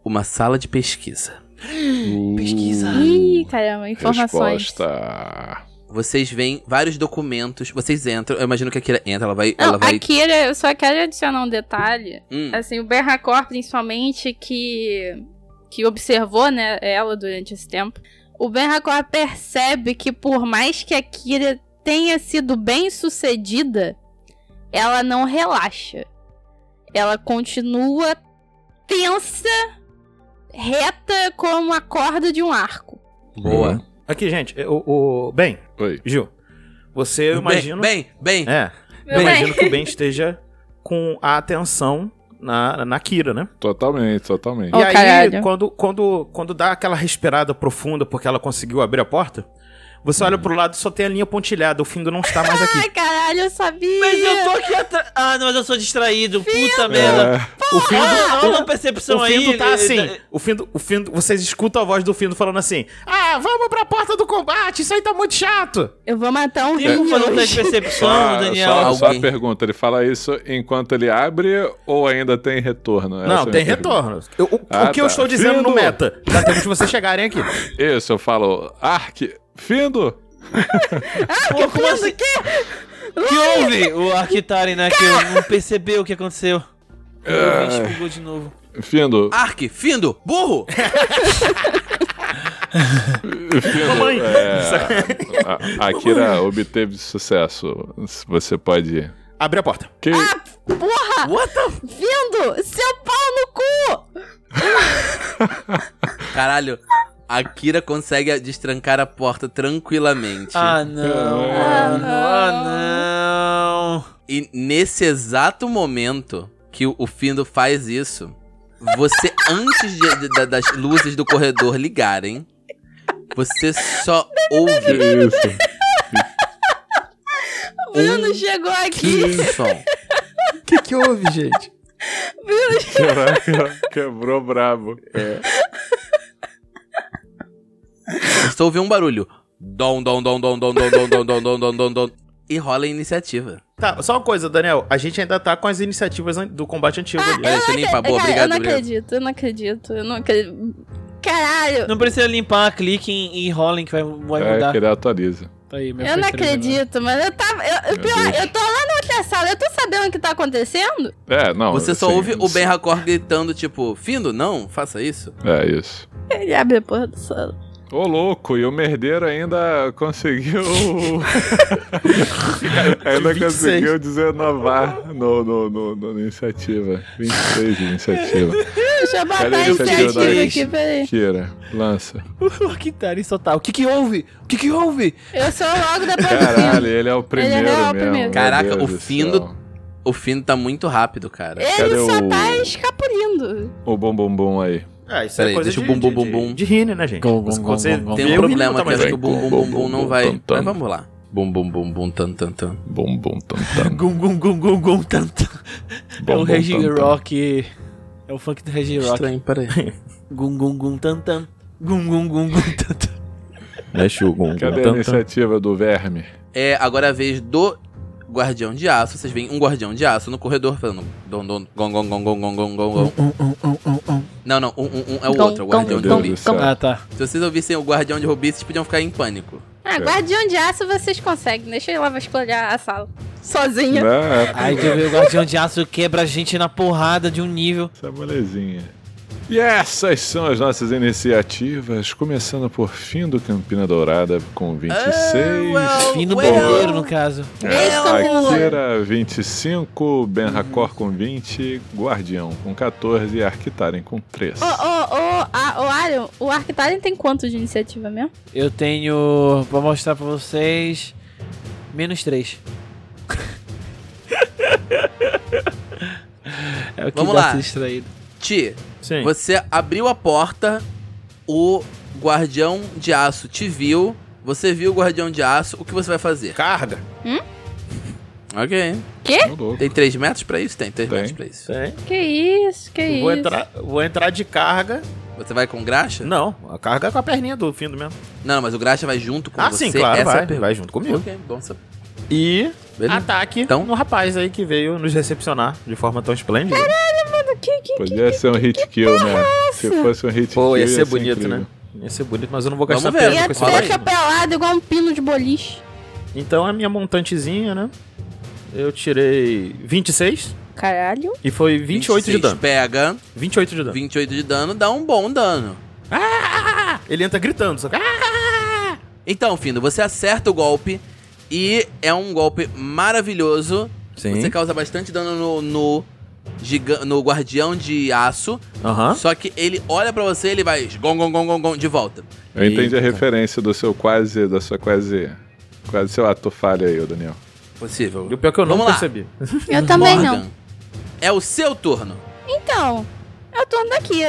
Uma sala de pesquisa. Uh. Pesquisa. Ih, caramba, informações. Resposta. Vocês veem vários documentos, vocês entram. Eu imagino que a Kira entra, ela vai. Não, ela vai. a Kira, eu só quero adicionar um detalhe. Hum, Assim, o Berracor, principalmente, que, que observou né, ela durante esse tempo, o Berracor percebe que por mais que a Kira tenha sido bem sucedida, ela não relaxa. Ela continua tensa, reta como a corda de um arco. boa. Aqui, gente, o, o- Ben, Oi. Gil, você eu imagino. Bem, bem, bem. É, eu Meu bem. imagino que o Ben esteja com a atenção na, na Kira, né? Totalmente, totalmente. Ó, e aí, caralho. quando, quando, quando dá aquela respirada profunda porque ela conseguiu abrir a porta, você olha pro lado e só tem a linha pontilhada, o Findo não está mais aqui. Ai, caralho, eu sabia! Mas eu tô aqui atrás. Ah, não, mas eu sou distraído. Puta merda. Ah, É, o tá- Findo, Olha o- uma percepção o aí. Findo tá eh, assim. da- O Findo, o Findo, vocês escutam a voz do Findo falando assim: Ah, vamos pra porta do combate, isso aí tá muito chato. Eu vou matar um Tem como rim fazer tá um hoje. teste de percepção, só, Daniel? Ah, só, só a Alguém. pergunta, ele fala isso enquanto ele abre ou ainda tem retorno? Essa é a não, minha tem pergunta. retorno. Eu- o, Ah, o que eu tá. estou dizendo no Findo! meta? Dá tempo de vocês chegarem aqui. Isso, eu falo, Ark, Findo, Pô, como assim? Que houve? O Arquitari, né? Que eu não percebeu o que aconteceu. O ouvinte bugou de novo. Findo, Ark, findo, burro! Findo. Mamãe. é, a- a Akira obteve sucesso. Você pode. Abre a porta. Que... Porra! What the f- Vindo! Seu pau no cu! Caralho, a Kira consegue destrancar a porta tranquilamente. Ah, não. Ah, mano. Ah, não. E nesse exato momento que o o Findo faz isso, você, antes de- de- da- das luzes do corredor ligarem, você só que ouve isso? Bruno chegou aqui! um som. O que, que houve, gente? Caraca, quebrou brabo. É. Você só ouve um barulho. Dom, dom, dom, dom, dom, dom, dom, dom, dom, dom, dom, dom, dom. E rola a iniciativa. Tá, só uma coisa, Daniel. A gente ainda tá com as iniciativas an- do combate antigo ali. Peraí, deixa eu limpar. Ah, Boa, Cara, eu obrigado, não obrigado. acredito, eu não acredito, eu não acredito. Caralho! Não precisa limpar, cliquem e rolem que vai, vai É, mudar. que ele atualiza. Tá aí, minha Eu não percepção. acredito, mas eu tava. Eu, né? eu- Meu pior, Deus. eu tô lá na outra sala, eu tô sabendo o que tá acontecendo? É, não. Você só assim, ouve o Ben Racor gritando, tipo, Findo, não, faça isso. É isso. Ele abre a porra da sala. Ô louco, e o merdeiro ainda conseguiu. ainda 26. conseguiu desenovar no, no, no, no, na iniciativa. 26 de iniciativa. Deixa eu Pera matar aí, esse deixa eu arquivo dar aqui, isso. peraí. Kira, lança. O Arquitari só tá. O que que houve? O que que houve? Eu sou logo depois do Caralho, filme. ele é o primeiro Ele é real mesmo. primeiro. meu Caraca, Deus o do fim céu. do- O Findo tá muito rápido, cara. Ele Cadê só o- tá escapulindo. O bom bom bom aí. Ah, isso Peraí, deixa o bum, bum, bum, bum. De, de rine, né, gente? Bum, bum, Você- bum, quando você bum, bum. Tem vê um o menino problema tá que eu mais acho que o velho. bum, bum, bum, bum não vai. Tam, tam. Mas vamos lá. Bum, bum, bum, bum, tan, tan, tan. Bom bom tam tam. Gum, gum, gum, gum, gum, tam, tam. Bom, é o bom, Regi tam, tam. Rock. É o funk do Regi Rock. Estranho, peraí. Gum, gum, gum, tam, tam. Gum, gum, gum, gum, tam, tam. Mexe o gum, Cadê a iniciativa do verme? É, agora é a vez do Guardião de Aço. Vocês veem um Guardião de Aço no corredor falando... Dom, dom, gong, gong, gong, gong, gong, gong, gong. Não, não, um, um, um é o Gong, outro, é o gong, Guardião de gong. Rubi. Tá. Ah, tá. Se vocês ouvissem o Guardião de Rubi, vocês podiam ficar em pânico. Ah, Guardião de Aço vocês conseguem. Deixa eu lá vasculhar a sala. Sozinha. É, Aí tu vê o Guardião de Aço quebra a gente na porrada de um nível. essa molezinha. E essas são as nossas iniciativas, começando por fim do Campina Dourada com 26. well, Fim no well. bombeiro, no caso. É, Beijo, Camula. Akira 25, Ben Hakor com 20, Guardião com 14 e Arquitarem com 3. Ô, ô, ô, a- ô, Arion, o Arctarion tem quanto de iniciativa mesmo? Eu tenho. Vou mostrar pra vocês. Menos 3. é o que Vamos dá lá. ser distraído. Ti, Sim. você abriu a porta, o guardião de aço te viu, você viu o guardião de aço, o que você vai fazer? Carga. Ok. Ô, louco. Tem 3 metros pra isso? Tem 3 Tem. metros pra isso. Sim. Que isso, que isso. Vou entrar, vou entrar de carga. Você vai com graxa? Não, Não, a carga é com a perninha do fim do mesmo. não, mas o graxa vai junto com Ah, você. sim, claro, Essa é a vai. pergunta. Vai junto comigo. Ok, bom saber. E Ah, Beleza. ataque Então- no rapaz aí que veio nos recepcionar de forma tão esplêndida. Que, que, Podia ser um hit kill, né? Se fosse um hit Pô, kill. ia ser bonito, incrível. né? Ia ser bonito, mas eu não vou Vamos gastar ver. peso Ia com esse Fala ser aí. barulho. atropelado igual um pino de boliche. Então a minha montantezinha, né? Eu tirei 26 Caralho. e foi 28 de 26 dano. Tá. Pega 28 de dano. 28 de dano, dá um bom dano. Ah, ele entra gritando, só que... Ah! Então, Findo, você acerta o golpe e é um golpe maravilhoso. Sim. Você causa bastante dano no, no, giga- no guardião de aço. Aham. Só que ele olha pra você ele vai gong, gong, gong, gong, gong, de volta. Eu entendi a Eita. referência do seu quase, da sua quase, quase seu ato falha aí, ô Daniel. Possível. E o pior é que eu não Vamos lá. percebi. Eu também Morgan, não. É o seu turno. Então, eu tô andando aqui.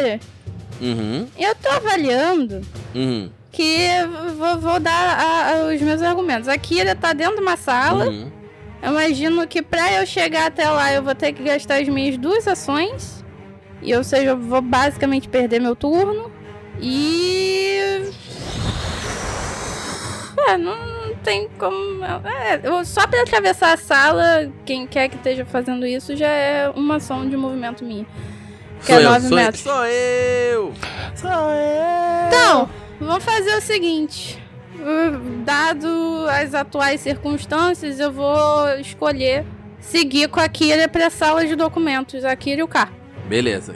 Uhum, Eu tô avaliando uhum, que eu vou, vou dar a- a- os meus argumentos. A Kira tá dentro de uma sala. uhum. Eu imagino que pra eu chegar até lá eu vou ter que gastar as minhas duas ações. E ou seja, eu vou basicamente perder meu turno. E. É, não, não tem como. É, eu- só pra atravessar a sala, quem quer que esteja fazendo isso já é uma ação de movimento minha. Que é eu, 9 sou eu, metros. sou eu. Então, vamos fazer o seguinte. Uh, Dado as atuais circunstâncias, eu vou escolher seguir com a Kira pra sala de documentos, a Kira e o K. Beleza.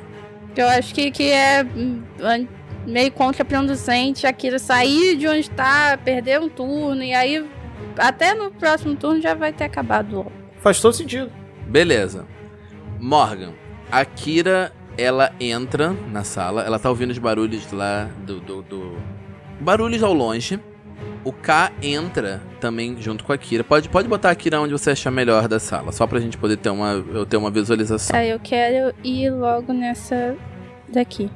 Que Eu acho que, que é hum, an- meio contraproducente a Kira sair de onde tá, perder um turno, e aí até no próximo turno já vai ter acabado logo. Faz todo sentido. Beleza. Morgan, a Kira, ela entra na sala, ela tá ouvindo os barulhos lá do. do, do- Barulhos ao longe. O K entra também junto com a Kira. Pode, pode botar a Kira onde você achar melhor da sala, só pra gente poder ter uma, eu ter uma visualização. Tá, eu quero ir logo nessa daqui.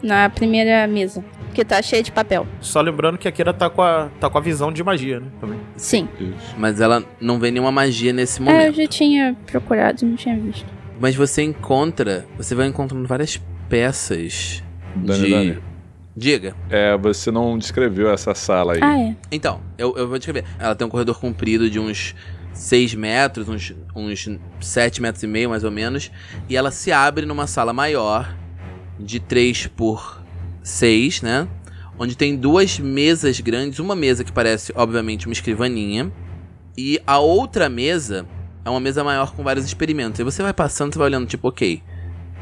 Na primeira mesa. Que tá cheia de papel. Só lembrando que a Kira tá com a, tá com a visão de magia, né? Também. Sim. Isso. Mas ela não vê nenhuma magia nesse É, eu momento. já tinha procurado, não tinha visto. Mas você encontra. Você vai encontrando várias peças Dani, de. Dani. Diga. É, você não descreveu essa sala aí. Ah, é. Então, eu, eu vou descrever. Ela tem um corredor comprido de uns 6 metros, uns, uns 7 metros e meio, mais ou menos. E ela se abre numa sala maior, de 3 por 6, né? Onde tem duas mesas grandes. Uma mesa que parece, obviamente, uma escrivaninha. E a outra mesa é uma mesa maior com vários experimentos. E você vai passando, você vai olhando, tipo, ok,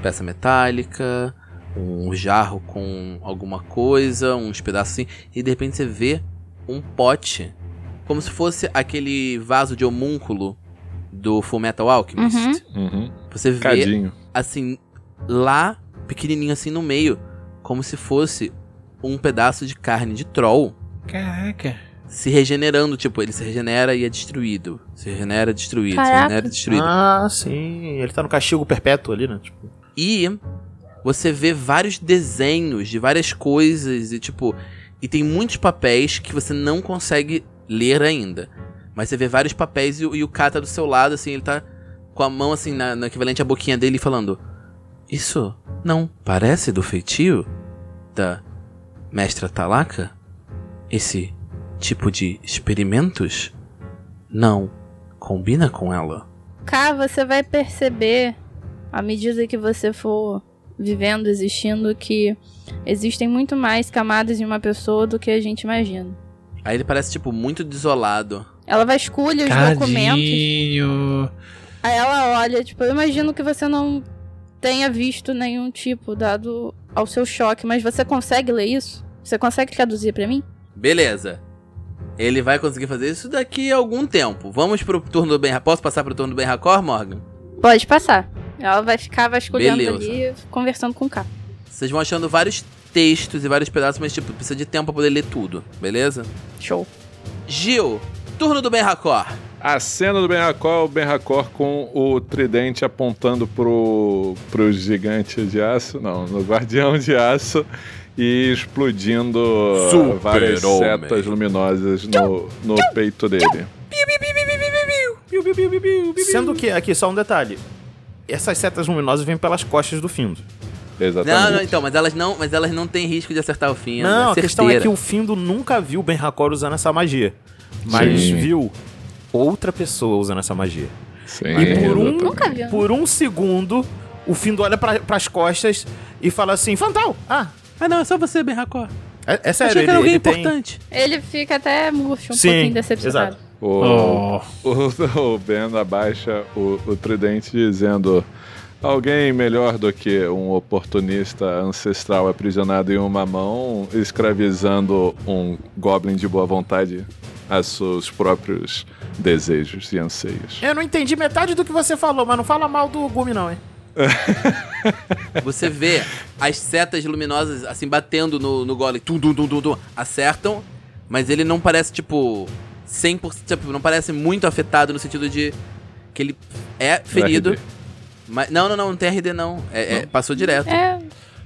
peça metálica, um jarro com alguma coisa, uns pedaços assim. E de repente você vê um pote, como se fosse aquele vaso de homúnculo do Full Metal Alchemist. Uhum. Uhum. Você vê, Cadinho. assim, lá, pequenininho assim no meio, como se fosse um pedaço de carne de troll Caraca. se regenerando. Tipo, ele se regenera e é destruído. Se regenera, destruído. Se Caraca. regenera, destruído. Ah, sim. Ele tá no castigo perpétuo ali, né? Tipo, E você vê vários desenhos de várias coisas e tipo. E tem muitos papéis que você não consegue ler ainda. Mas você vê vários papéis e, o- e o cara tá do seu lado, assim, ele tá com a mão assim, na, na equivalente à boquinha dele falando. Isso não parece do feitio da mestra Talaka? Esse tipo de experimentos não combina com ela. Cá, você vai perceber, à medida que você for vivendo, existindo, que existem muito mais camadas em uma pessoa do que a gente imagina. Aí ele parece, tipo, muito desolado. Ela vasculha os documentos. Cadinho. Aí ela olha, tipo, eu imagino que você não tenha visto nenhum tipo dado ao seu choque, mas você consegue ler isso? Você consegue traduzir pra mim? Beleza. Ele vai conseguir fazer isso daqui a algum tempo. Vamos pro turno do Ben Posso passar pro turno do Ben Racor, Morgan? Pode passar. Ela vai ficar vasculhando Beleza. ali, conversando com o K. Vocês vão achando vários textos e vários pedaços, mas, tipo, precisa de tempo pra poder ler tudo, beleza? Show. Gil, turno do Ben Racor. A cena do Ben Racor é o Ben Racor com o tridente apontando pro, pro gigante de aço, não, no guardião de aço e explodindo Super várias homem. setas luminosas no, no peito dele. Sendo que, aqui, só um detalhe. Essas setas luminosas vêm pelas costas do Findo. Não, não, Exatamente. então, mas elas não, mas elas não têm risco de acertar o fim. Não, a certeira. questão é que o Findo nunca viu Ben Hakor usando essa magia. Mas Sim. viu outra pessoa usando essa magia. Sim, E por um- exatamente. Nunca vi. né? Por um segundo, o Findo olha pra, pras costas e fala assim, Fantal! Ah, Ah, não, é só você, Ben Racor. é, é sério, Achei que ele, era alguém ele tem- importante. Ele fica até murcho, um Sim, pouquinho decepcionado. O, Oh. o, o Ben abaixa o, o tridente dizendo: Alguém melhor do que um oportunista ancestral aprisionado em uma mão, escravizando um goblin de boa vontade a seus próprios desejos e anseios. Eu não entendi metade do que você falou, mas não fala mal do Gumi não, hein? Você vê as setas luminosas, assim, batendo no, no golem. Tum, tum, tum, tum, tum. Acertam, mas ele não parece, tipo, 100%. Tipo, não parece muito afetado no sentido de que ele é ferido. RD. Mas, não, não, não, não tem RD, não. É, é, passou direto. É,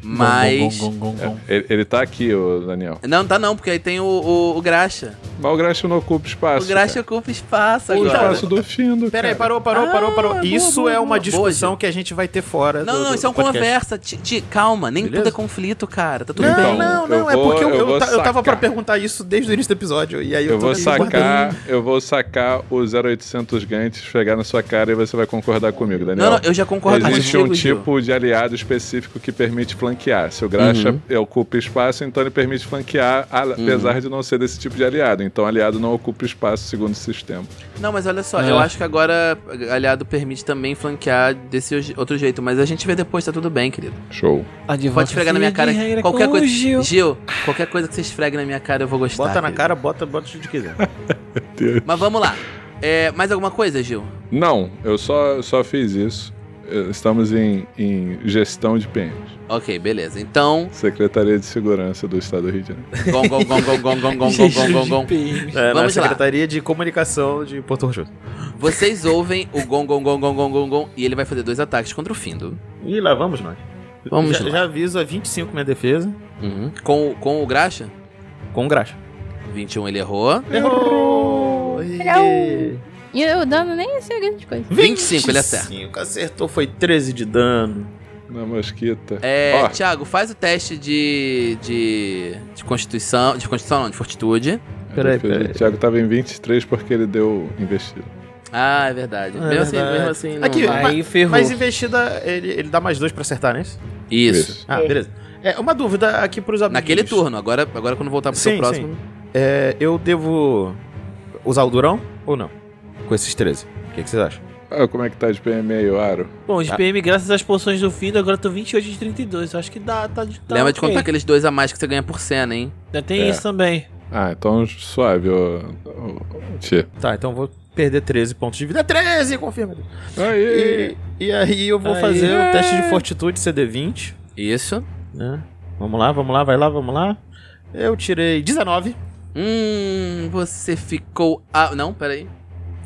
Mas... Gom, gom, gom, gom, gom. Ele, ele tá aqui, o Daniel. Não, tá não, porque aí tem o, o, o Graxa. Mas o Graxa não ocupa espaço. o Graxa cara. ocupa espaço o agora. espaço do Findo. Pera aí, cara. parou, parou, Ah, parou, parou. boa, isso boa, é boa. uma discussão Boa, que a gente vai ter fora Não, do, não, do isso é um podcast. conversa. Ti- ti- calma, nem Beleza? tudo é conflito, cara. Tá tudo Não, bem. não, eu não, é vou- porque eu, eu eu, vou ta- eu sacar. tava pra perguntar isso desde o início do episódio. E aí eu, Eu tô vou me sacar, guardando. eu vou sacar o 0800 Gantt, chegar na sua cara e você vai concordar comigo, Daniel. Não, não, eu já concordo Existe contigo, um Gil. tipo de aliado específico que permite flanquear. Se o graxa é, ocupa espaço, então ele permite flanquear, a- apesar de não ser desse tipo de aliado. Então, aliado não ocupa espaço segundo o sistema. Não, mas olha só, É. eu acho que agora aliado permite também flanquear desse oj- outro jeito, mas a gente vê depois, tá tudo bem, querido. Show. Pode esfregar na minha cara De regra qualquer é com coisa. o Gil. qualquer coisa que você esfregue na minha cara eu vou gostar. Bota na querido. cara, bota, bota o que quiser. Mas vamos lá. É, mais alguma coisa, Gil? Não, eu só, só fiz isso. Eh, Estamos em, em gestão de PMs. Ok, beleza. Então, Secretaria de Segurança do Estado do Rio de Janeiro. gom gom gom gom gom gom gom gom gom gom gom. É, na Vamos lá. Secretaria de Comunicação de Porto Rojo. Vocês ouvem o gom gom gom gom gom gom gom e ele vai fazer dois ataques contra o Findo. E lá vamos nós. Vamos já, lá. já aviso, é 25 minha defesa. Uhum. Com, o- com o Graxa, Com graxa. 21 ele errou. Errou! e eu dando nem essa grande coisa. 25 ele acerta. 25, acertou, foi 13 de dano. Na Mosquita. É, Ó. Thiago, faz o teste de, de, de constituição, de constituição não, de fortitude. Peraí, A defesa peraí. do Thiago estava em 23 porque ele deu investido. Ah, é verdade. É mesmo, assim- verdade. mesmo assim, não- Aqui, não- mas- Aí ferrou. Mas investida, ele, ele dá mais dois pra acertar, né? Isso. Ah, beleza. É, né? uma dúvida aqui pros amigos. Naquele turno, agora, agora quando voltar pro seu Sim, próximo. É, eu devo usar o durão ou não? Com esses 13. O que, que vocês acham? Ah, como é que tá de PM aí, o Aro? Bom, os Tá. ah. PM, graças às poções do Findo, agora eu tô 28 de 32. Eu acho que dá, tá, de tá Lembra de ok. contar aqueles dois a mais que você ganha por cena, hein? Ainda tem É. isso também. Ah, então suave, ô. ô- Tchê. Tá, então eu vou perder 13 pontos de vida. É 13, confirma. Aí! E, e aí é. eu vou Aí. fazer o teste de fortitude CD20. Isso. Né? Vamos lá, vamos lá, vai lá, vamos lá. Eu tirei 19. Hum, você ficou. Ah, não, peraí.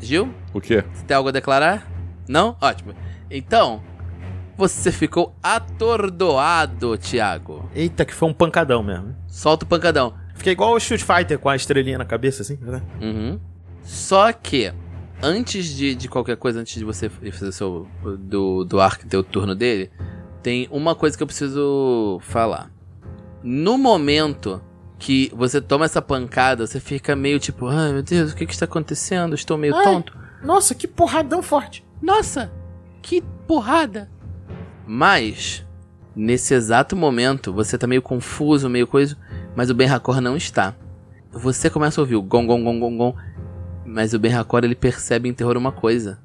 Gil, O quê? você tem algo a declarar? Não? Ótimo. Então, você ficou atordoado, Thiago. Eita, que foi um pancadão mesmo. Solta o pancadão. Fiquei igual o Shoot Fighter com a estrelinha na cabeça, assim, né? Uhum. Só que, antes de, de qualquer coisa, antes de você fazer o seu. do, do arco ter o turno dele, tem uma coisa que eu preciso falar. No momento que você toma essa pancada, você fica meio tipo, ai meu Deus, o que que está acontecendo? Estou meio Ai. tonto. Nossa, que porradão forte. Nossa, que porrada! Mas, nesse exato momento, você tá meio confuso, meio coisa, mas o Ben Hakor não está. Você começa a ouvir o gong, gong, gong, gong, gong. Mas o Ben Hakor, ele percebe em terror uma coisa.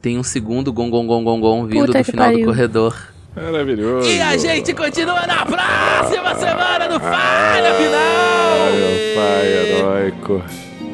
Tem um segundo gong, gong, gong, gong, gong vindo Puta do que final do pariu. corredor. Maravilhoso. E a gente continua na próxima semana do Falha Final! Ai, meu pai heróico.